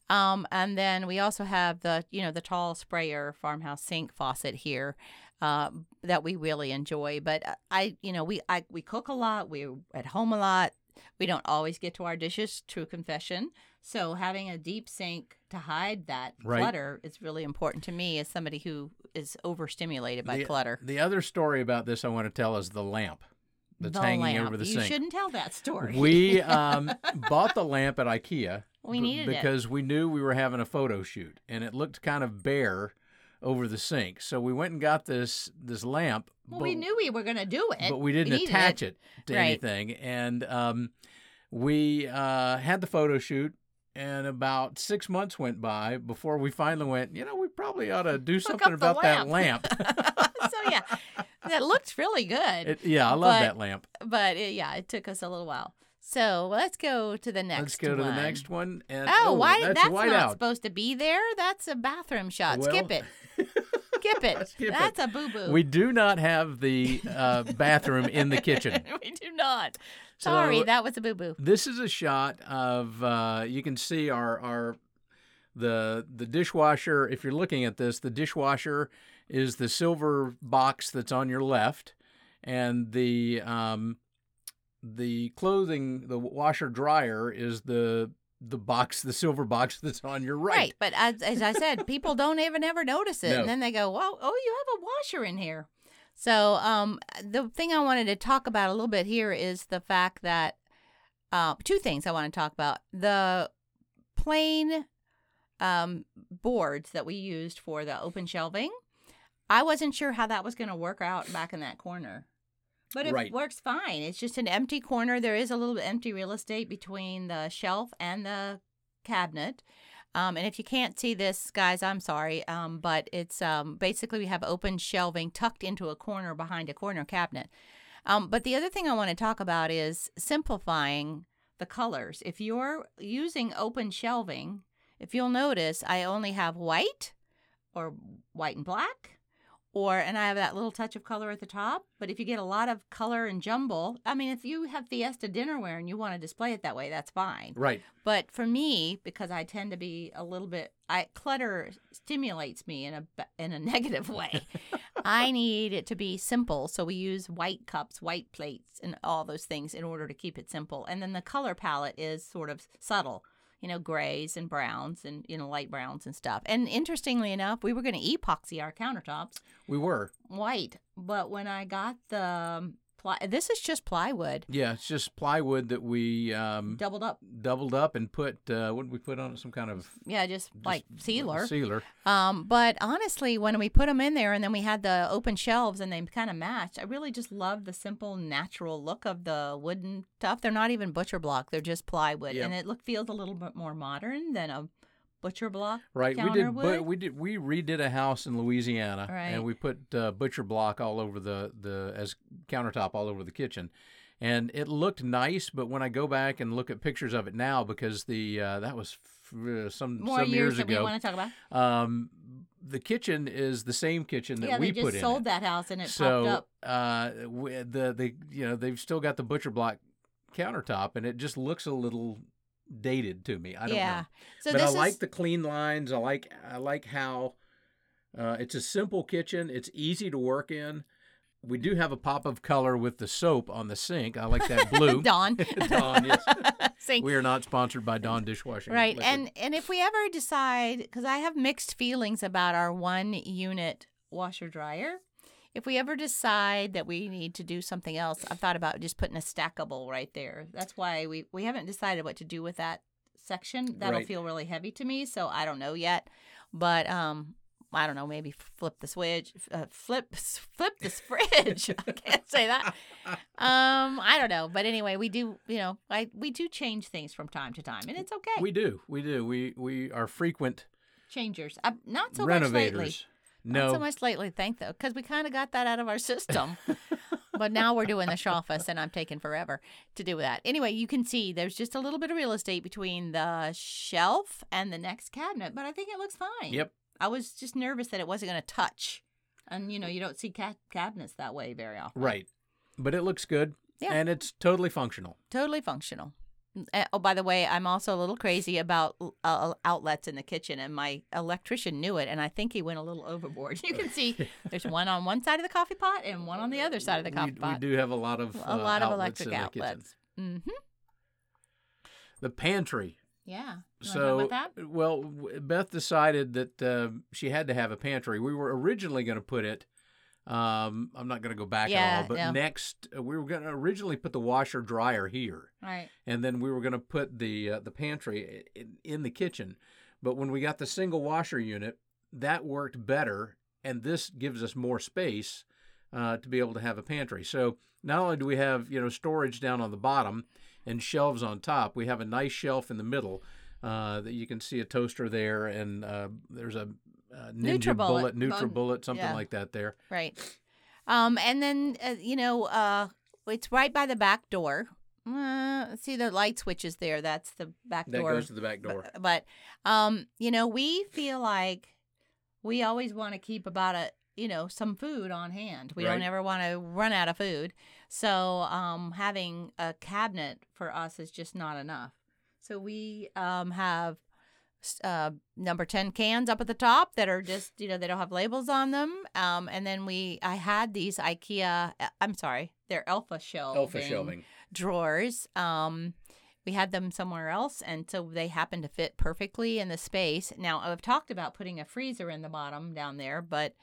Um, and then we also have the you know the tall sprayer farmhouse sink faucet here uh, that we really enjoy. But uh, I you know we I, we cook a lot. We're at home a lot. We don't always get to our dishes. True confession. So having a deep sink to hide that Right. clutter is really important to me as somebody who is overstimulated by the, clutter. The other story about this I want to tell is the lamp that's The hanging lamp. over the you sink. shouldn't tell that story. *laughs* We um, bought the lamp at IKEA. We needed it. because we knew we were having a photo shoot, and it looked kind of bare over the sink. So we went and got this this lamp. well, we but- knew we were going to do it, but we didn't needed attach it, to Right. anything. And um, we uh, had the photo shoot, and about six months went by before we finally went. You know, we probably ought to *laughs* do something up the about that lamp. *laughs* *laughs* so yeah, that looked really good, It- yeah, I love But that lamp. but it, yeah, it took us a little while. So let's go to the next. Let's go to one. the next one. And Oh, why that's, that's, white not out. supposed to be there? That's a bathroom shot. *laughs* Skip Well- it. Skip it. Skip it. that's a boo boo. We do not have the uh, bathroom in the kitchen. *laughs* we do not. So- Sorry, that was a boo boo. This is a shot of uh, you can see our our the the dishwasher. If you're looking at this, the dishwasher is the silver box that's on your left, and the um, the clothing the washer dryer is the the box the silver box *laughs* that's on your right. But as, as I said, people don't even ever notice it. No. And then they go, well, oh, you have a washer in here. So um, the thing I wanted to talk about a little bit here is the fact that uh, two things I want to talk about the plain um, boards that we used for the open shelving. I wasn't sure how that was going to work out back in that corner. But it Right. works fine. It's just an empty corner. There is a little empty real estate between the shelf and the cabinet. Um, and if you can't see this, guys, I'm sorry. Um, but it's um, basically we have open shelving tucked into a corner behind a corner cabinet. Um, but the other thing I want to talk about is simplifying the colors. If you're using open shelving, if you'll notice, I only have white or white and black or and I have that little touch of color at the top. But if you get a lot of color and jumble, I mean, if you have Fiesta dinnerware and you want to display it that way, that's fine. Right. But for me, because I tend to be a little bit, I clutter stimulates me in a b- in a *laughs* negative way. I need it to be simple, so we use white cups, white plates, and all those things in order to keep it simple. And then the color palette is sort of subtle, you know, grays and browns and you know light browns and stuff. And interestingly enough, we were going to epoxy our countertops, We were. white, but when I got the um, ply, this is just plywood Yeah, it's just plywood that we um, doubled up. doubled up and put. Uh, what did we put on it? Some kind of Yeah, just, just like sealer. Sealer. Um, but honestly, when we put them in there and then we had the open shelves and they kind of matched, I really just love the simple, natural look of the wooden stuff. They're not even butcher block; they're just plywood, Yeah. and it look feels a little bit more modern than a butcher block. Right. We counter did. would. But we did. We redid a house in Louisiana, Right. and we put uh, butcher block all over the the as countertop all over the kitchen, and it looked nice. But when I go back and look at pictures of it now, because the uh, that was f- uh, some more some years, that we ago, want to talk about. um, the kitchen is the same kitchen that yeah, we they put just in. sold it. that house and it so popped up. uh, w- the the you know they've still got the butcher block countertop, and it just looks a little dated to me. I don't yeah. know So but this I is like the clean lines. I like I like how uh, it's a simple kitchen. It's easy to work in. We do have a pop of color with the soap on the sink. I like *laughs* that blue. *laughs* Dawn. Dawn, *laughs* yes. Sink. We are not sponsored by Dawn dishwashing. Right. liquid. And and if we ever decide cuz I have mixed feelings about our one unit washer dryer, if we ever decide that we need to do something else, I've thought about just putting a stackable right there. That's why we we haven't decided what to do with that section. That'll Right. feel really heavy to me, so I don't know yet. But um I don't know, maybe flip the switch, uh, flip flip this *laughs* fridge. I can't say that. Um, I don't know, but anyway, we do, you know, I we do change things from time to time, and it's okay we do, we do, we we are frequent changers. Uh, not so much lately. renovators. Not No, so much lately, thank though, because we kind of got that out of *laughs* our system. but now we're doing the Shawfus, and I'm taking forever to do that. Anyway, you can see there's just a little bit of real estate between the shelf and the next cabinet, but I think it looks fine. Yep. I was just nervous that it wasn't going to touch, and you know, you don't see ca- cabinets that way very often. right, but it looks good. Yeah. and it's totally functional. totally functional. Uh, Oh, by the way, I'm also a little crazy about uh, outlets in the kitchen, and my electrician knew it, and I think he went a little overboard. *laughs* You *laughs* can see there's one on one side of the coffee pot and one on the other side of the We- coffee we, pot. do have a lot of a uh, lot of outlets electric in the kitchen. outlets. hmm The pantry Yeah. You wanna talk So, about that? well, w- Beth decided that uh, she had to have a pantry. We were originally going to put it. Um, I'm not going to go back at Yeah, all, but no. next uh, we were going to originally put the washer dryer here, right. and then we were going to put the uh, the pantry i- in, in the kitchen. But when we got the single washer unit, that worked better, and this gives us more space uh, to be able to have a pantry. So not only do we have you know storage down on the bottom and shelves on top, we have a nice shelf in the middle uh, that you can see a toaster there, and uh, there's a, uh Ninja Nutribullet. Bullet, Bun- NutriBullet, something yeah. like that there. Right. Um, and then uh, you know, uh, it's right by the back door. Uh, see the light switches there. That's the back That door. goes to the back door. But, but, um, you know, we feel like we always want to keep about a you know some food on hand. We don't Right. ever want to run out of food. So um, having a cabinet for us is just not enough. So we um, have s- uh, number 10 cans up at the top that are just you know they don't have labels on them um, and then we i had these ikea uh, i'm sorry they're alpha shelving Alpha shelving. drawers um, we had them somewhere else and so they happened to fit perfectly in the space now i've talked about putting a freezer in the bottom down there but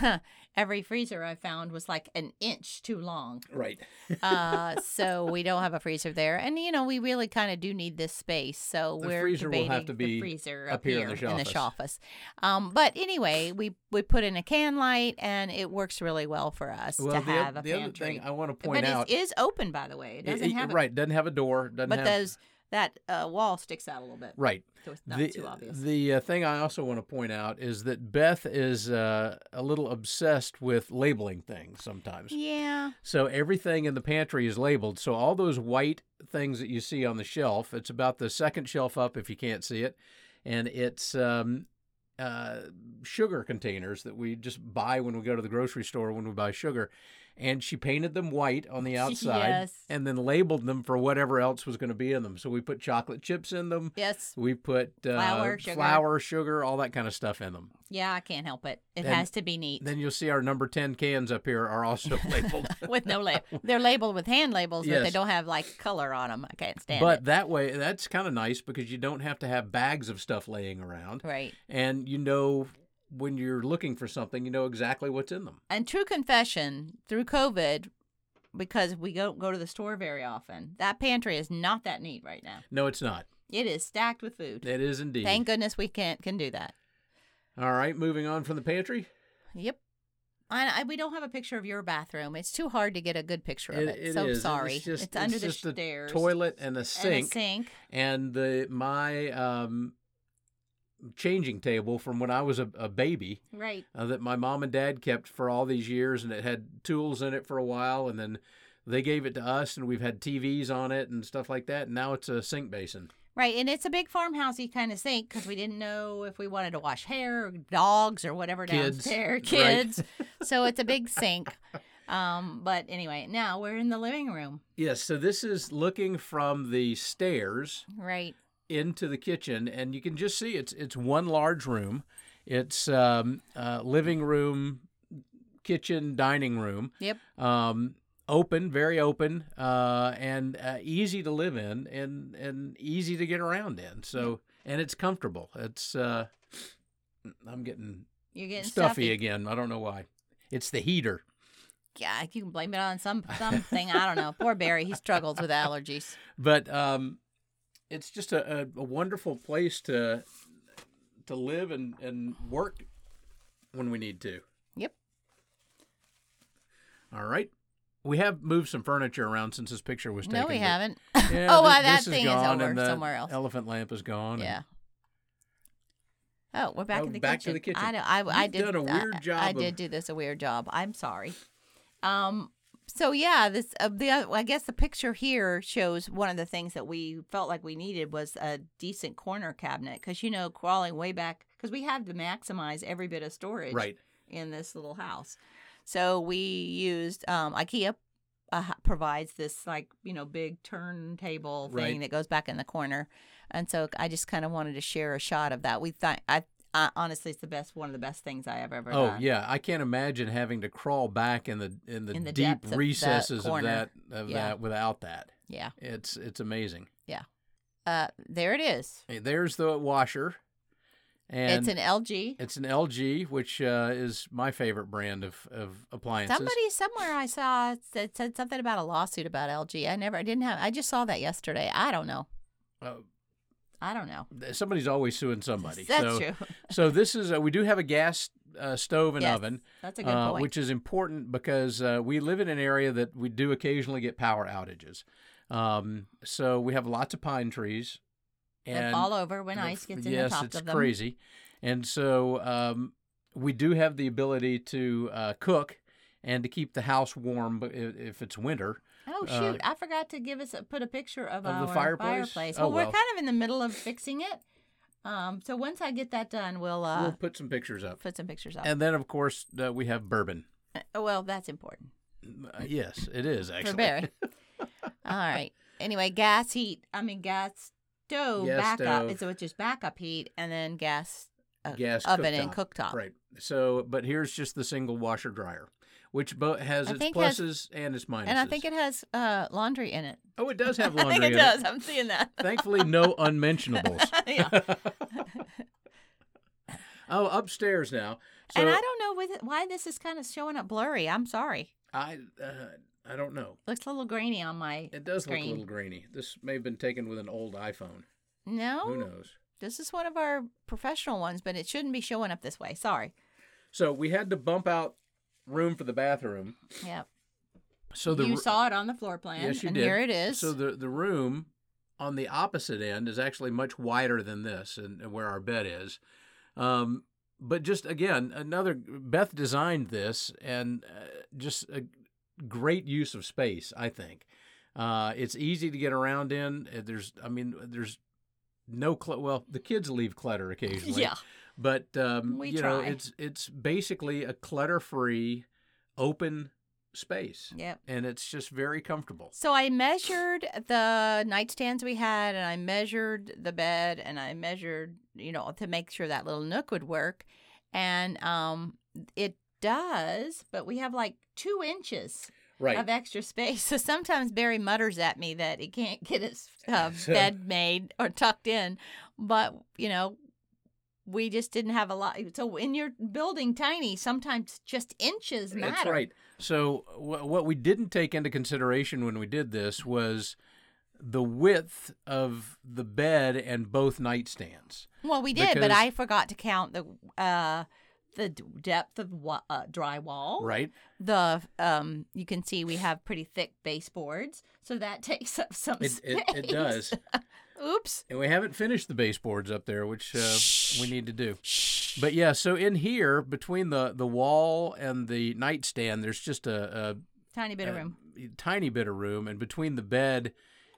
*laughs* every freezer I found was like an inch *laughs* too long. Right. Uh, so we don't have a freezer there, and you know we really kind of do need this space. So The we're freezer will debating have to be the freezer up here in the in the shop office. Um, but anyway, we we put in a can light, and it works really well for us to the, have oth- a the other pantry. thing I want to but point it out, is open, by the way. It doesn't it- have a, right, doesn't have a door, doesn't but have those that uh, wall sticks out a little bit, right. so it's not the, too obvious. The uh, thing I also want to point out is that Beth is uh, a little obsessed with labeling things Mm. sometimes. yeah, So everything in the pantry is labeled. So all those white things that you see on the shelf, it's about the second shelf up if you can't see it, and it's um, uh, sugar containers that we just buy when we go to the grocery store when we buy sugar. And she painted them white on *laughs* the outside Yes. and then labeled them for whatever else was going to be in them. So we put chocolate chips in them. yes, We put uh, Flour, sugar. flour, sugar, all that kind of stuff in them. yeah. I can't help it. It Then- has to be neat. Then you'll see our number 10 cans up here are also labeled. *laughs* with no label. They're labeled with hand labels, but they Yes. don't have like color on them. I can't stand But it. that way, that's kind of nice because you don't have to have bags of stuff laying around. Right. And you know, when you're looking for something, you know exactly what's in them. And true confession, through COVID, because we don't go to the store very often, that pantry is not that neat right now. No, it's not. It is stacked with food. It is indeed. Thank goodness we can't can do that. All right, moving on from the pantry. Yep. And I, we don't have a picture of your bathroom. It's too hard to get a good picture of it. it so is. sorry. It's, just, under it's just the a stairs. toilet and a And a sink sink. and the my um, changing table from when I was a, a baby. Right. uh, that my mom and dad kept for all these years, and it had tools in it for a while, and then they gave it to us, and we've had TVs on it and stuff like that. And now it's a sink basin. Right, and it's a big farmhousey kind of sink because we didn't know if we wanted to wash hair, or dogs, or whatever Kids, downstairs, *laughs* right. kids. so it's a big sink. Um, but anyway, now we're in the living room. Yes, so this is looking from the stairs Right, into the kitchen, and you can just see it's it's one large room. It's um, uh, living room, kitchen, dining room. Yep. Um, open, very open, uh, and uh, easy to live in, and and easy to get around in. So and it's comfortable. It's uh, mm, I'm getting you're getting stuffy, stuffy. again. I don't know why. It's the heater. Yeah, you can blame it on some something. I don't know. Poor Barry, he struggles with allergies. but um, it's just a, a, a wonderful place to to live and, and work when we need to. Yep. All right. We have moved some furniture around since this picture was taken. no, we but- haven't. Yeah, oh, thi- wow, that this thing is, gone, over and the somewhere else. Elephant lamp is gone. and- Yeah. Oh, we're back Oh, in the back to kitchen. the kitchen. I know. I, I You've did done a I- weird I, job I of- did do this a weird job. I'm sorry. Um. So yeah, this uh, the other- I guess the picture here shows one of the things that we felt like we needed was a decent corner cabinet because you know crawling way back because we had to maximize every bit of storage right. in this little house. So we used um, IKEA uh, h- provides this like you know big turntable thing Right. that goes back in the corner, and so I just kind of wanted to share a shot of that. We thought I, I honestly it's the best one of the best things I have ever Oh done. yeah, I can't imagine having to crawl back in the in the, In the deep depths of that recesses of corner. that of Yeah. that without that. yeah. It's it's amazing. Uh, there it is. Hey, There's the washer, and it's an LG. It's an LG, which uh, is my favorite brand of, of appliances. Somebody somewhere I saw said, said something about a lawsuit about LG. I never, I didn't have. I just saw that yesterday. I don't know. Uh, I don't know. th- somebody's always suing somebody. That's so, true. so this is uh, we do have a gas uh, stove and Yes, oven, That's a good uh, point. which is important because uh, we live in an area that we do occasionally get power outages. Um, so we have lots of pine trees. They And fall over when the ice f- gets in yes, the top it's of them. crazy. And so um, we do have the ability to uh, cook and to keep the house warm but i- if it's winter. Oh Uh, shoot! I forgot to give us a, put a picture of, Of our the fireplace? Oh, Well, we're well. kind of in the middle of fixing it. Um, so once I get that done, we'll uh, we'll put some pictures up. put some pictures up. And then, of course, uh, we have bourbon. Uh, well, that's important Uh, yes, it is actually. *laughs* for Barry. All right. Anyway, gas heat. I mean gas stove Gas backup. stove. It's which is backup heat, and then gas, uh, Gas oven and cooktop. cooktop. Right. So, but here's just the single washer dryer, which both has I its think has- pluses and its minuses. And I think it has uh, laundry in it. Oh, it does have *laughs* I laundry. think it in does. I'm *laughs* seeing that. *laughs* Thankfully, no unmentionables. yeah. oh, upstairs now. So and I don't know with why this is kind of showing up blurry. I'm sorry. I uh, I don't know. Looks a little grainy on my. It does look a Green. little grainy. This may have been taken with an old iPhone. Who No, knows? this is one of our professional ones, but it shouldn't be showing up this way. Sorry. So we had to bump out room for the bathroom. Yep. So the you ru- saw it on the floor plan. yes, you and did. here it is. So the the room on the opposite end is actually much wider than this, and and where our bed is. Um, but just again, another Beth designed this, and uh, just a great use of space. I think uh, it's easy to get around in. Uh, There's, I mean, there's no cl- well, the kids leave clutter occasionally. yeah. but um, We you know try. it's it's basically a clutter-free open space Yep. and it's just very comfortable So I measured the nightstands we had, and I measured the bed, and I measured, you know, to make sure that little nook would work. And um, it does, but we have like two inches right of extra space. *laughs* So sometimes Barry mutters at me that he can't *laughs* get his uh, bed made or tucked in, but you know. We just didn't have a lot. So when you're building tiny, sometimes just inches matter. that's right so w- what we didn't take into consideration when we did this was the width of the bed and both nightstands Well, we did, Because- but I forgot to count the uh, the d- depth of wa- uh, drywall. right The um, you can see we have pretty thick baseboards, so that *laughs* takes up some it, space. it, it does Oops. and we haven't finished the baseboards up there which uh, we need to do but yeah so in here between the the wall and the nightstand there's just a, a Tiny Uh, bit of room. a tiny bit of room, and between the bed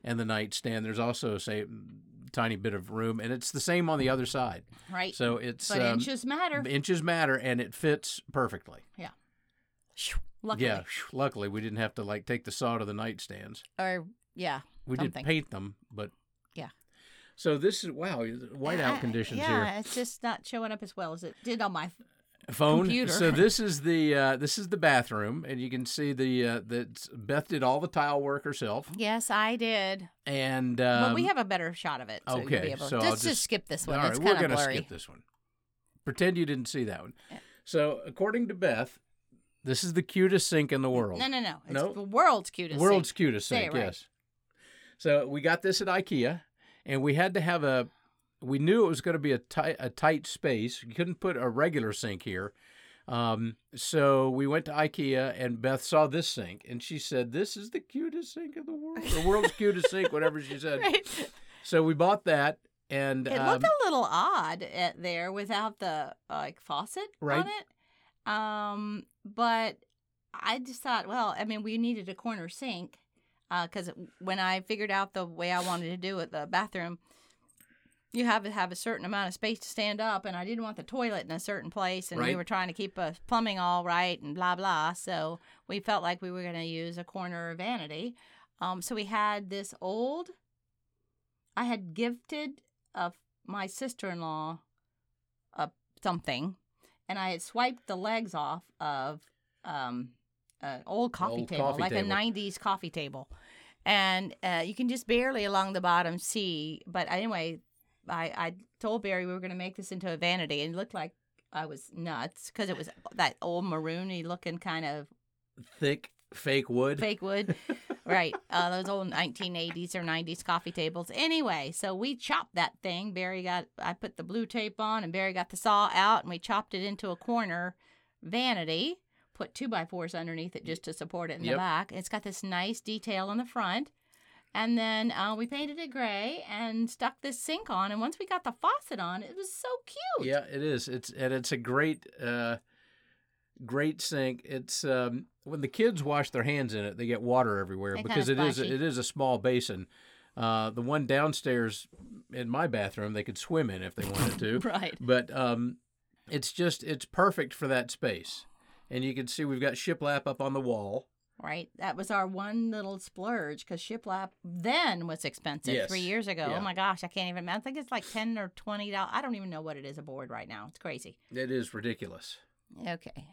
and the nightstand, there's also say tiny bit of room, and it's the same on the other side. Right. So it's but um, inches matter. inches matter, and it fits perfectly. Shoo, Luckily. Yeah, phew, luckily we didn't have to like take the saw to the nightstands. Or yeah. We Something. did paint them, but Yeah. So this is wow, whiteout I- conditions yeah, here. it's just not showing up as well as it did on my. phone. computer. So this is the uh, this is the bathroom, and you can see the uh, that Beth did all the tile work herself, Yes, I did. and But um, we have a better shot of it. So you'll okay, be able so to, I'll just, just- just skip this one. All it's right, we're kind of gonna blurry. skip this one. Pretend you didn't see that one. So, according to Beth, this is the cutest sink in the world. No, no, no. It's No. the world's cutest. thing. *laughs* World's cutest Say it sink, right. yes. So we got this at IKEA, and we had to have a. We knew it was going to be a tight, a tight space. You couldn't put a regular sink here. Um, so we went to IKEA, and Beth saw this sink, and she said, "This is the cutest sink in the world, the world's cutest sink, whatever she said." *laughs* Right. So we bought that, and It um, looked a little odd at there without the uh, like faucet Right. on it. Um, but I just thought, well, I mean, we needed a corner sink because Uh, when I figured out the way I wanted to do it, the bathroom, you have to have a certain amount of space to stand up, and I didn't want the toilet in a certain place, and we Right. were trying to keep uh, plumbing all right and blah blah. So we felt like we were going to use a corner vanity. Um, so we had this old. I had gifted of my sister-in-law a something, and I had swiped the legs off of um, an old coffee Old table, coffee like table. a '90s coffee table, and uh, you can just barely along the bottom see. But anyway, I, I told Barry we were going to make this into a vanity, and it looked like I was nuts because it was that old maroony looking kind of thick fake wood. fake wood. right. Uh, those old 1980s or 90s coffee tables. Anyway, so we chopped that thing. Barry got, I put the blue tape on and Barry got the saw out and we chopped it into a corner vanity, put two by fours underneath it just to support it in the Yep. back. It's got this nice detail on the front. And then uh, we painted it gray and stuck this sink on. And once we got the faucet on, it was so *laughs* cute. Yeah, it is. It's and it's a great, uh, great sink. It's um, when the kids wash their hands in it, they get water everywhere They're kinda because it is splashy. it is a small basin. Uh, the one downstairs in my bathroom, they could swim in if they wanted to. *laughs* Right. But um, it's just it's perfect for that space, and you can see we've got shiplap up on the wall. right? That was our one little splurge because shiplap then was expensive Yes. three years ago. Yeah. Oh my gosh, I can't even. I think it's like ten or twenty dollars. I don't even know what it is a board right now. It's crazy. It is ridiculous. Okay,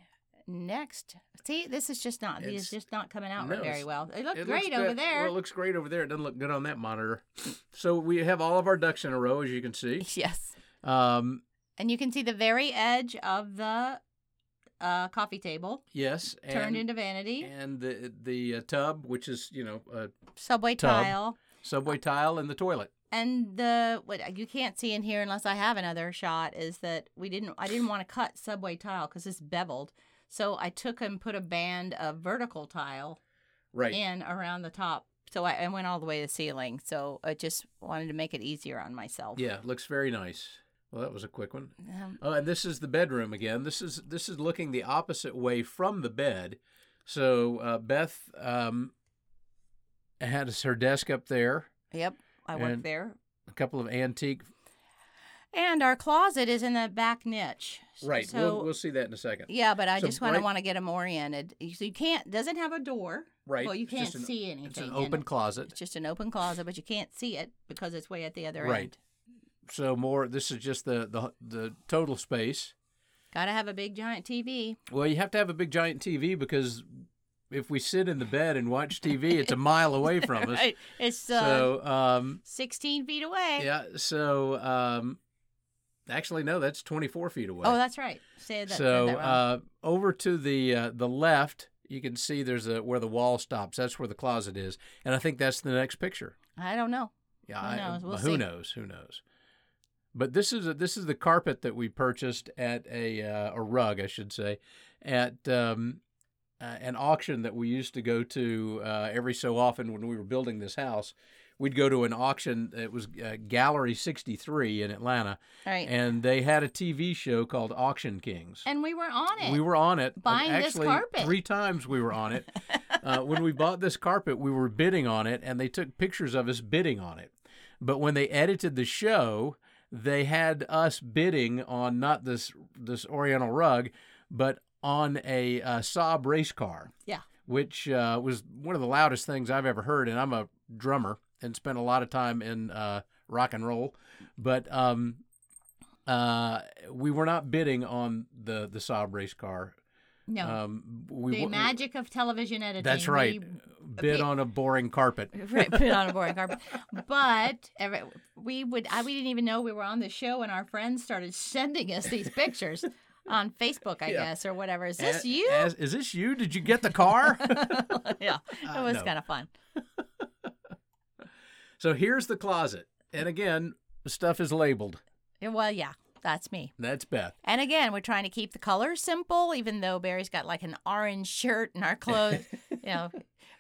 next. See, this is just not. It's, It's- is just not coming out No, very it's- well. It looked It looks great over good- there. *laughs* Well, it looks great over there. It doesn't look good on that monitor. So we have all of our ducks in a row, as you can see. yes, Um, and you can see the very edge of the uh, coffee table Yes. turned and, into vanity, and the the uh, tub, which is you know a subway tub. tile, subway Oh. tile, and the toilet. and the what you can't see in here unless I have another shot is that we didn't. I didn't want to cut subway tile because it's beveled, so I took and put a band of vertical tile Right. in around the top. So I, I went all the way to the ceiling. So I just wanted to make it easier on myself. yeah, looks very nice. Well, that was a quick one. Um, Oh, and this is the bedroom again. This is this is looking the opposite way from the bed. So uh, Beth um, had us- her desk up there, yep, I worked And- there. a couple of antique. And our closet is in the back niche. S- Right. So we'll, we'll see that in a second. yeah, but I so just want to right- want to get them oriented. So you can't doesn't have a door. Right. Well, you It's just can't an- see anything. It's an in open it. closet. It's just an open closet, but you can't see it because it's way at the other Right. end. So more. This is just the the the total space. Gotta have a big giant TV. Well, you have to have a big giant TV because if we sit in the bed and watch TV, it's a mile away from us. *laughs* Right. It's uh, So, um, 16 feet away. yeah. So, um, actually, no, that's 24 feet away. Oh, that's right. Say that. said so that wrong. uh, over to the uh, the left, you can see there's a where the wall stops. That's where the closet is, and I think that's the next picture. I don't know. Yeah, Who I- knows? We'll who see. knows? Who knows? But this is a, this is the carpet that we purchased at a uh, a rug, I should say, at um, uh, an auction that we used to go to uh, every so often when we were building this house. We'd go to an auction. It was uh, Gallery 63 in Atlanta, All right. And, and they had a TV show called Auction Kings. we were on it. We were on it. and Buying this actually, carpet. Three times we were on it. uh, when we bought this carpet, we were bidding on it, and they took pictures of us bidding on it. But when they edited the show, they had us bidding on not this this Oriental rug, but on a uh, Saab race car. Yeah. Which uh, was one of the loudest things I've ever heard, and I'm a drummer and spent a lot of time in uh, rock and roll, but um, uh, we were not bidding on the the Saab race car. no. Um, we the wa- magic of television editing. That's right. We Bid Okay. on a boring carpet. *laughs* right, put it on a boring carpet. But every, we would I, we didn't even know we were on the show, and our friends started sending us *laughs* these pictures on Facebook, I Yeah. guess, or whatever. Is this A- you? as- is this you? Did you get the *laughs* car? yeah, Uh, it was no. kind of fun. so here's the closet, and again, the stuff is labeled. Yeah, Well, yeah, that's me. That's Beth. And again, we're trying to keep the colors simple, even though Barry's got like an orange shirt and our clothes, you *laughs* know.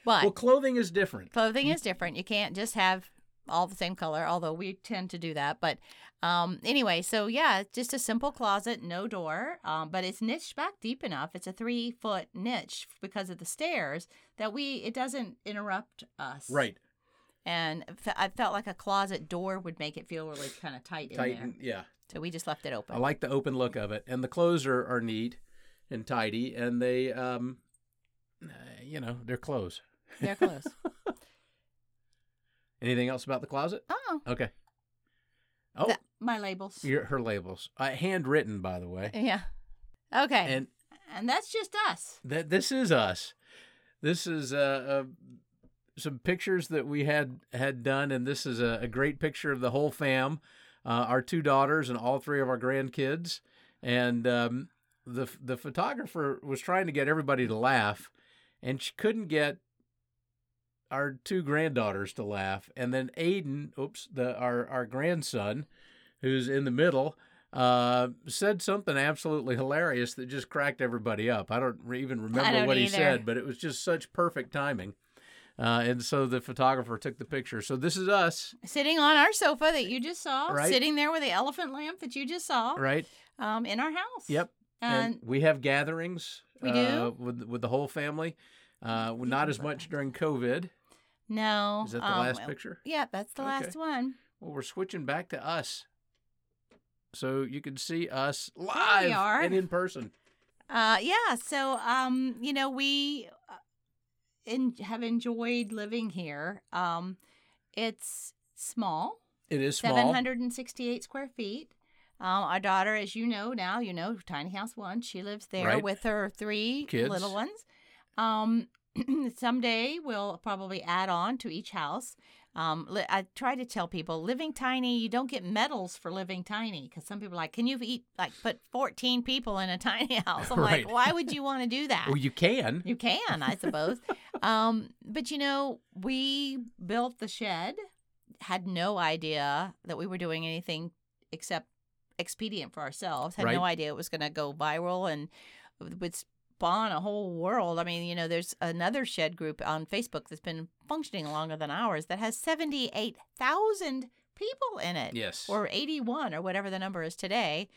But Well, clothing is different. clothing is different. You can't just have all the same color, although we tend to do that. But um, anyway, so yeah, it's just a simple closet, no door, um, but it's niched back deep enough. It's a three foot niche because of the stairs that we it doesn't interrupt us. Right. And fe- I felt like a closet door would make it feel really kind of tight in Tight. there, and- Yeah. so we just left it open. I like the open look of it, and the clothes are, are neat and tidy, and they, um, uh, you know, they're clothes. They're close. *laughs* Anything else about the closet? oh, Okay. Oh, That- my labels. your, her labels, uh, handwritten, by the way, Yeah. Okay. and and that's just us. that this is us. This is uh, uh, some pictures that we had had done, and this is a, a great picture of the whole fam, uh, our two daughters and all three of our grandkids, and um, the the photographer was trying to get everybody to laugh, and she couldn't get our two granddaughters to laugh, and then Aiden, oops, the our our grandson, who's in the middle, uh, said something absolutely hilarious that just cracked everybody up. I don't re- even remember don't what he either. said, but it was just such perfect timing. Uh, and so the photographer took the picture. So this is us, sitting on our sofa that you just saw, Right. sitting there with the elephant lamp that you just saw, right? um, in our house. Yep. And, and we have gatherings. We uh, with with the whole family. Uh, not as much during COVID. no, Is that the um, last well, picture? Yeah, that's the Okay. last one. Well, we're switching back to us. So you can see us live are. and in person. Uh, yeah. So, um, you know, we uh, en- have enjoyed living here. Um, it's small, It is small. 768 square feet. Um, our daughter, as you know now, you know, tiny house one, she lives there Right. with her three Kids. little *clears throat* ones. Um, someday we'll probably add on to each house. Um, li- I try to tell people living tiny, you don't get medals for living tiny because some people are like, can you eat like put 14 people in a tiny *laughs* house? I'm Right. like, why would you want *laughs* to do that? Well, Oh, you can. You can, I suppose. *laughs* um, but you know, we built the shed, had no idea that we were doing anything except expedient for ourselves, had no Right. idea it was going to go viral and would spawn a whole world. I mean, you know, there's another shed group on Facebook that's been functioning longer than ours that has 78,000 people in it Yes. or 81 or whatever the number is today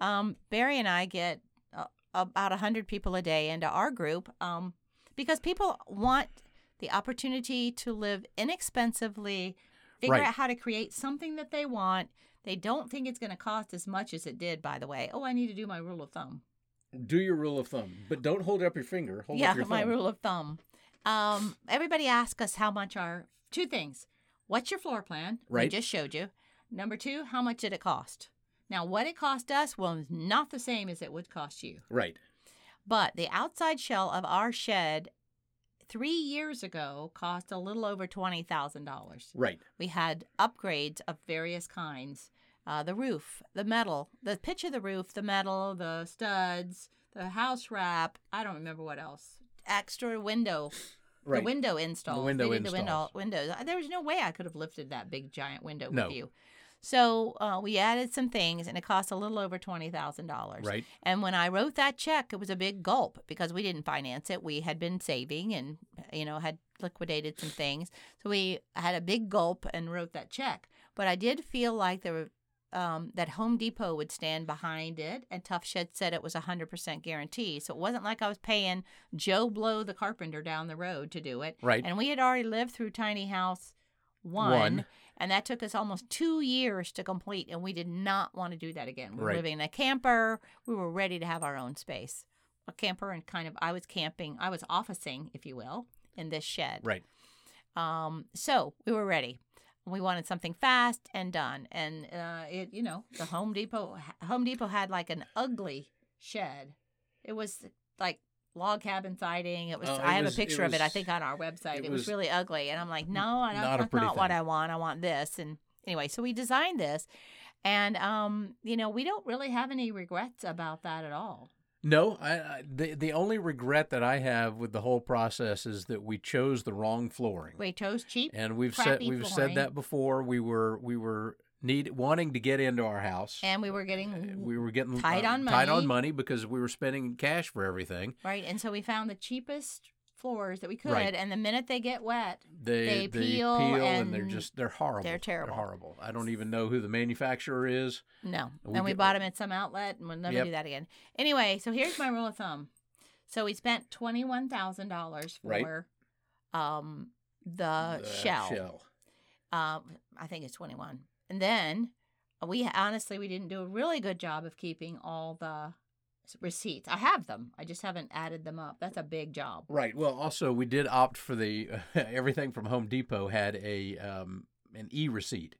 um, barry and i get uh, about 100 people a day into our group um, because people want the opportunity to live inexpensively figure Right. out how to create something that they want they don't think it's going to cost as much as it did by the way oh i need to do my rule of thumb Do your rule of thumb, but don't hold up your finger. Hold yeah up your my thumb. rule of thumb um, everybody asks us how much our two things what's your floor plan We Right. just showed you number two how much did it cost now what it cost us was not the same as it would cost you Right. but the outside shell of our shed three years ago cost a little over $20000 Right. we had upgrades of various kinds uh, the roof, the metal, the pitch of the roof, the metal, the studs, the house wrap. I don't remember what else. Extra window, Right. the window install. window they did the window, installs. windows. There was no way I could have lifted that big giant window No. with you. So uh, we added some things, and it cost a little over twenty thousand dollars. Right. And when I wrote that check, it was a big gulp because we didn't finance it. We had been saving and, you know, had liquidated some things. So we had a big gulp and wrote that check. But I did feel like there were. Um, that Home Depot would stand behind it, and Tough Shed said it was 100% guarantee. So it wasn't like I was paying Joe Blow the carpenter down the road to do it. Right. And we had already lived through Tiny House one, One. and that took us almost two years to complete and we did not want to do that again we were Right. living in a camper we were ready to have our own space a camper and kind of i was camping i was officing if you will in this shed Right. um, so we were ready. We wanted something fast and done, and uh, it you know the Home Depot Home Depot had like an ugly shed. It was like log cabin siding. It was. Oh, it I have was- a it picture of it. I was- think on our website. it It, was, was really ugly, and I'm like, no, I don't, not a that's pretty not what thing. I want. I want this. And anyway, so we designed this, and um, you know we don't really have any regrets about that at all. No, I, I the the only regret that I have with the whole process is that we chose the wrong flooring. We chose cheap, and we've said crappy we've flooring. said that before. We were we were need wanting to get into our house. and we were getting we were getting uh, Tight on tight on money. money because we were spending cash for everything. Right. And so we found the cheapest floors that we could. Right. And the minute they get wet, They They peel and they're and just they're horrible. terrible. horrible. I don't even know who the manufacturer is. no. We and we get- bought them at some outlet and we'll never Yep. do that again. Anyway, so here's my rule of thumb. So we spent $21,000 Right. for um, the, The shell. Um, I think it's 21. And then we honestly, we didn't do a really good job of keeping all the receipts. I have them. I just haven't added them up. That's a big job. Right. Well, also we did opt for the *laughs* everything from Home Depot had a um, an e receipt.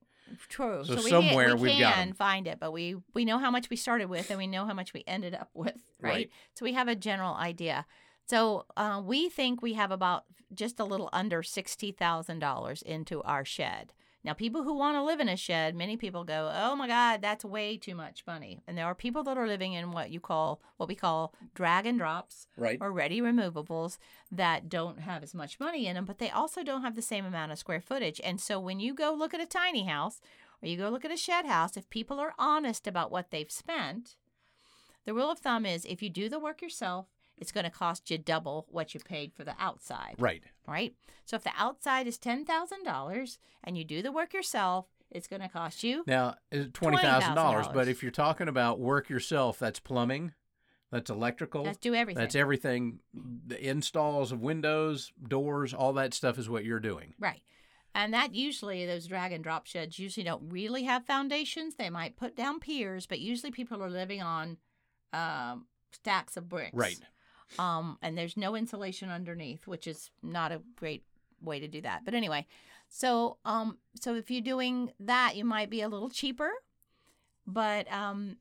True. So we somewhere can, we we've got can 'em. find it, but we we know how much we started with and we know how much we ended up with, right? Right. So we have a general idea. So uh, we think we have about just a little under sixty thousand dollars into our shed. Now, people who want to live in a shed, many people go, "Oh my God, that's way too much money." And there are people that are living in what you call what we call drag and drops Right. or ready removables that don't have as much money in them, but they also don't have the same amount of square footage. And so when you go look at a tiny house or you go look at a shed house, if people are honest about what they've spent, the rule of thumb is if you do the work yourself, it's going to cost you double what you paid for the outside Right. right? So if the outside is ten thousand dollars and you do the work yourself, it's going to cost you Now twenty thousand dollars. $20,000. But if you're talking about work yourself, that's plumbing, that's electrical, let's do everything. that's everything. The installs of windows, doors, all that stuff is what you're doing. Right. And that usually, those drag and drop sheds usually don't really have foundations. They might put down piers, but usually people are living on um, stacks of bricks. Right. Um, and there's no insulation underneath, which is not a great way to do that. But anyway, so um, so if you're doing that, you might be a little cheaper, but um,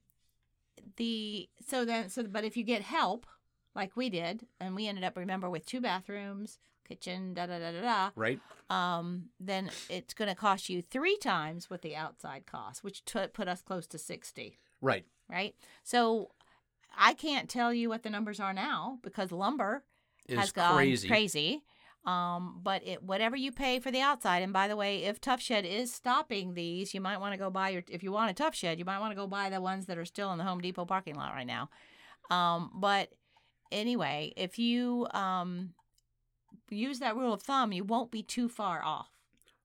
the so then so but if you get help like we did, and we ended up remember with two bathrooms, kitchen, da da da da da. right? um, then it's going to cost you three times what the outside cost, which t- put us close to 60, Right. right? So I can't tell you what the numbers are now because lumber has It's gone crazy. crazy. Um, but it, whatever you pay for the outside, and by the way, if Tough Shed is stopping these, you might want to go buy your. If you want a Tough Shed, you might want to go buy the ones that are still in the Home Depot parking lot right now. Um, but anyway, if you um, use that rule of thumb, you won't be too far off.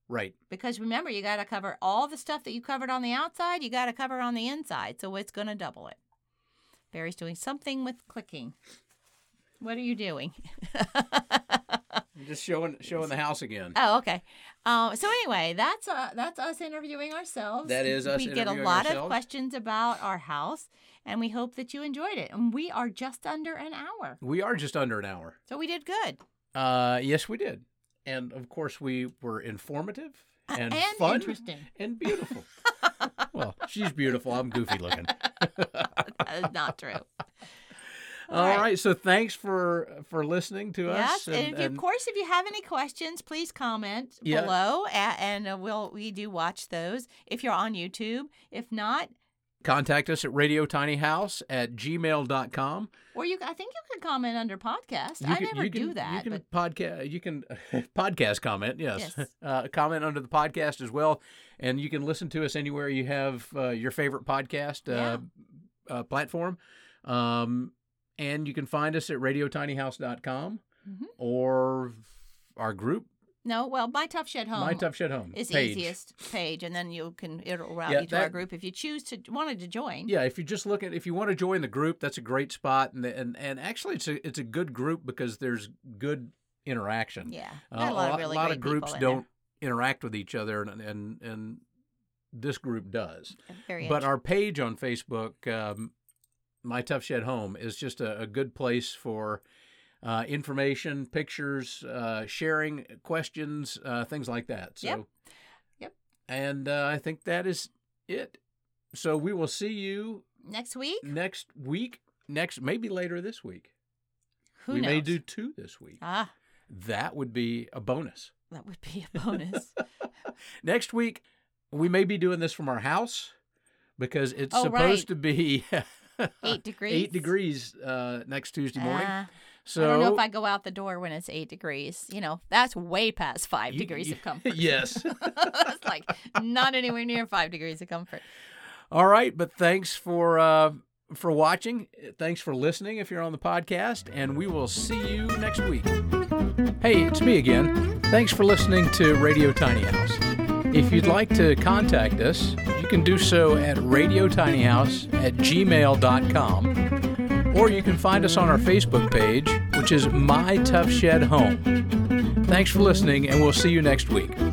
Right. Because remember, you got to cover all the stuff that you covered on the outside, you got to cover on the inside. So it's going to double it. Barry's doing something with clicking. What are you doing? *laughs* I'm just showing showing the house again. Oh, okay. Um, so anyway, that's uh, that's us interviewing ourselves. That is us We get a interviewing lot of ourselves. questions about our house, and we hope that you enjoyed it. And we are just under an hour, We are just under an hour. so we did good Uh, yes, we did, and of course we were informative and, Uh, and fun interesting. and *laughs* beautiful. well, she's beautiful. I'm goofy looking. That is Uh, not true. All right. So thanks for for listening to us. Yes, and, if you- of course, if you have any questions, please comment Yeah. below, a- and uh, we'll we do watch those if you're on YouTube. If not, contact us at radiotinyhouse at gmail.com. or you, I think you can comment under podcast. You I can- never you can- do that. You but can podcast. You can *laughs* podcast comment. Yes, Yes. *laughs* Uh, comment under the podcast as well, and you can listen to us anywhere you have uh, your favorite podcast uh, uh, platform. Um, and you can find us at radiotinyhouse.com Mhm. or our group, no, well, my tough shed home. My Tough Shed Home. is the page. easiest page, and then you can it'll route Yeah, you to our that- group if you choose to wanted to join. Yeah, if you just look at if you want to join the group, that's a great spot, and and and actually it's a it's a good group because there's good interaction. yeah. Uh, Got a lot, of really lot great of groups people in don't interact with each other, and and and this group does. there. Very But our page on Facebook, um, my Tough Shed Home, is just a, a good place for uh, information, pictures, uh, sharing, questions, uh, things like that. So, Yep. Yep. And uh, I think that is it. So we will see you interesting. next week, next week. Next, maybe later this week. who we knows? may do two this week. ah, That would be a bonus. that would be a *laughs* bonus. Next week, we may be doing this from our house because it's Oh, supposed right. to be *laughs* Eight degrees. eight degrees uh, next Tuesday morning. Ah, so I don't know if I go out the door when it's eight degrees. You know, that's way past five you- degrees you- *laughs* of comfort. *laughs* Yes. that's like not anywhere near five degrees of comfort. All right, but thanks for uh, for watching. Thanks for listening if you're on the podcast, and we will see you next week. Hey, it's me again. Thanks for listening to Radio Tiny House. If you'd like to contact us, you can do so at radiotinyhouse at gmail.com, or you can find us on our Facebook page, which is My Tough Shed Home. Thanks for listening, and we'll see you next week.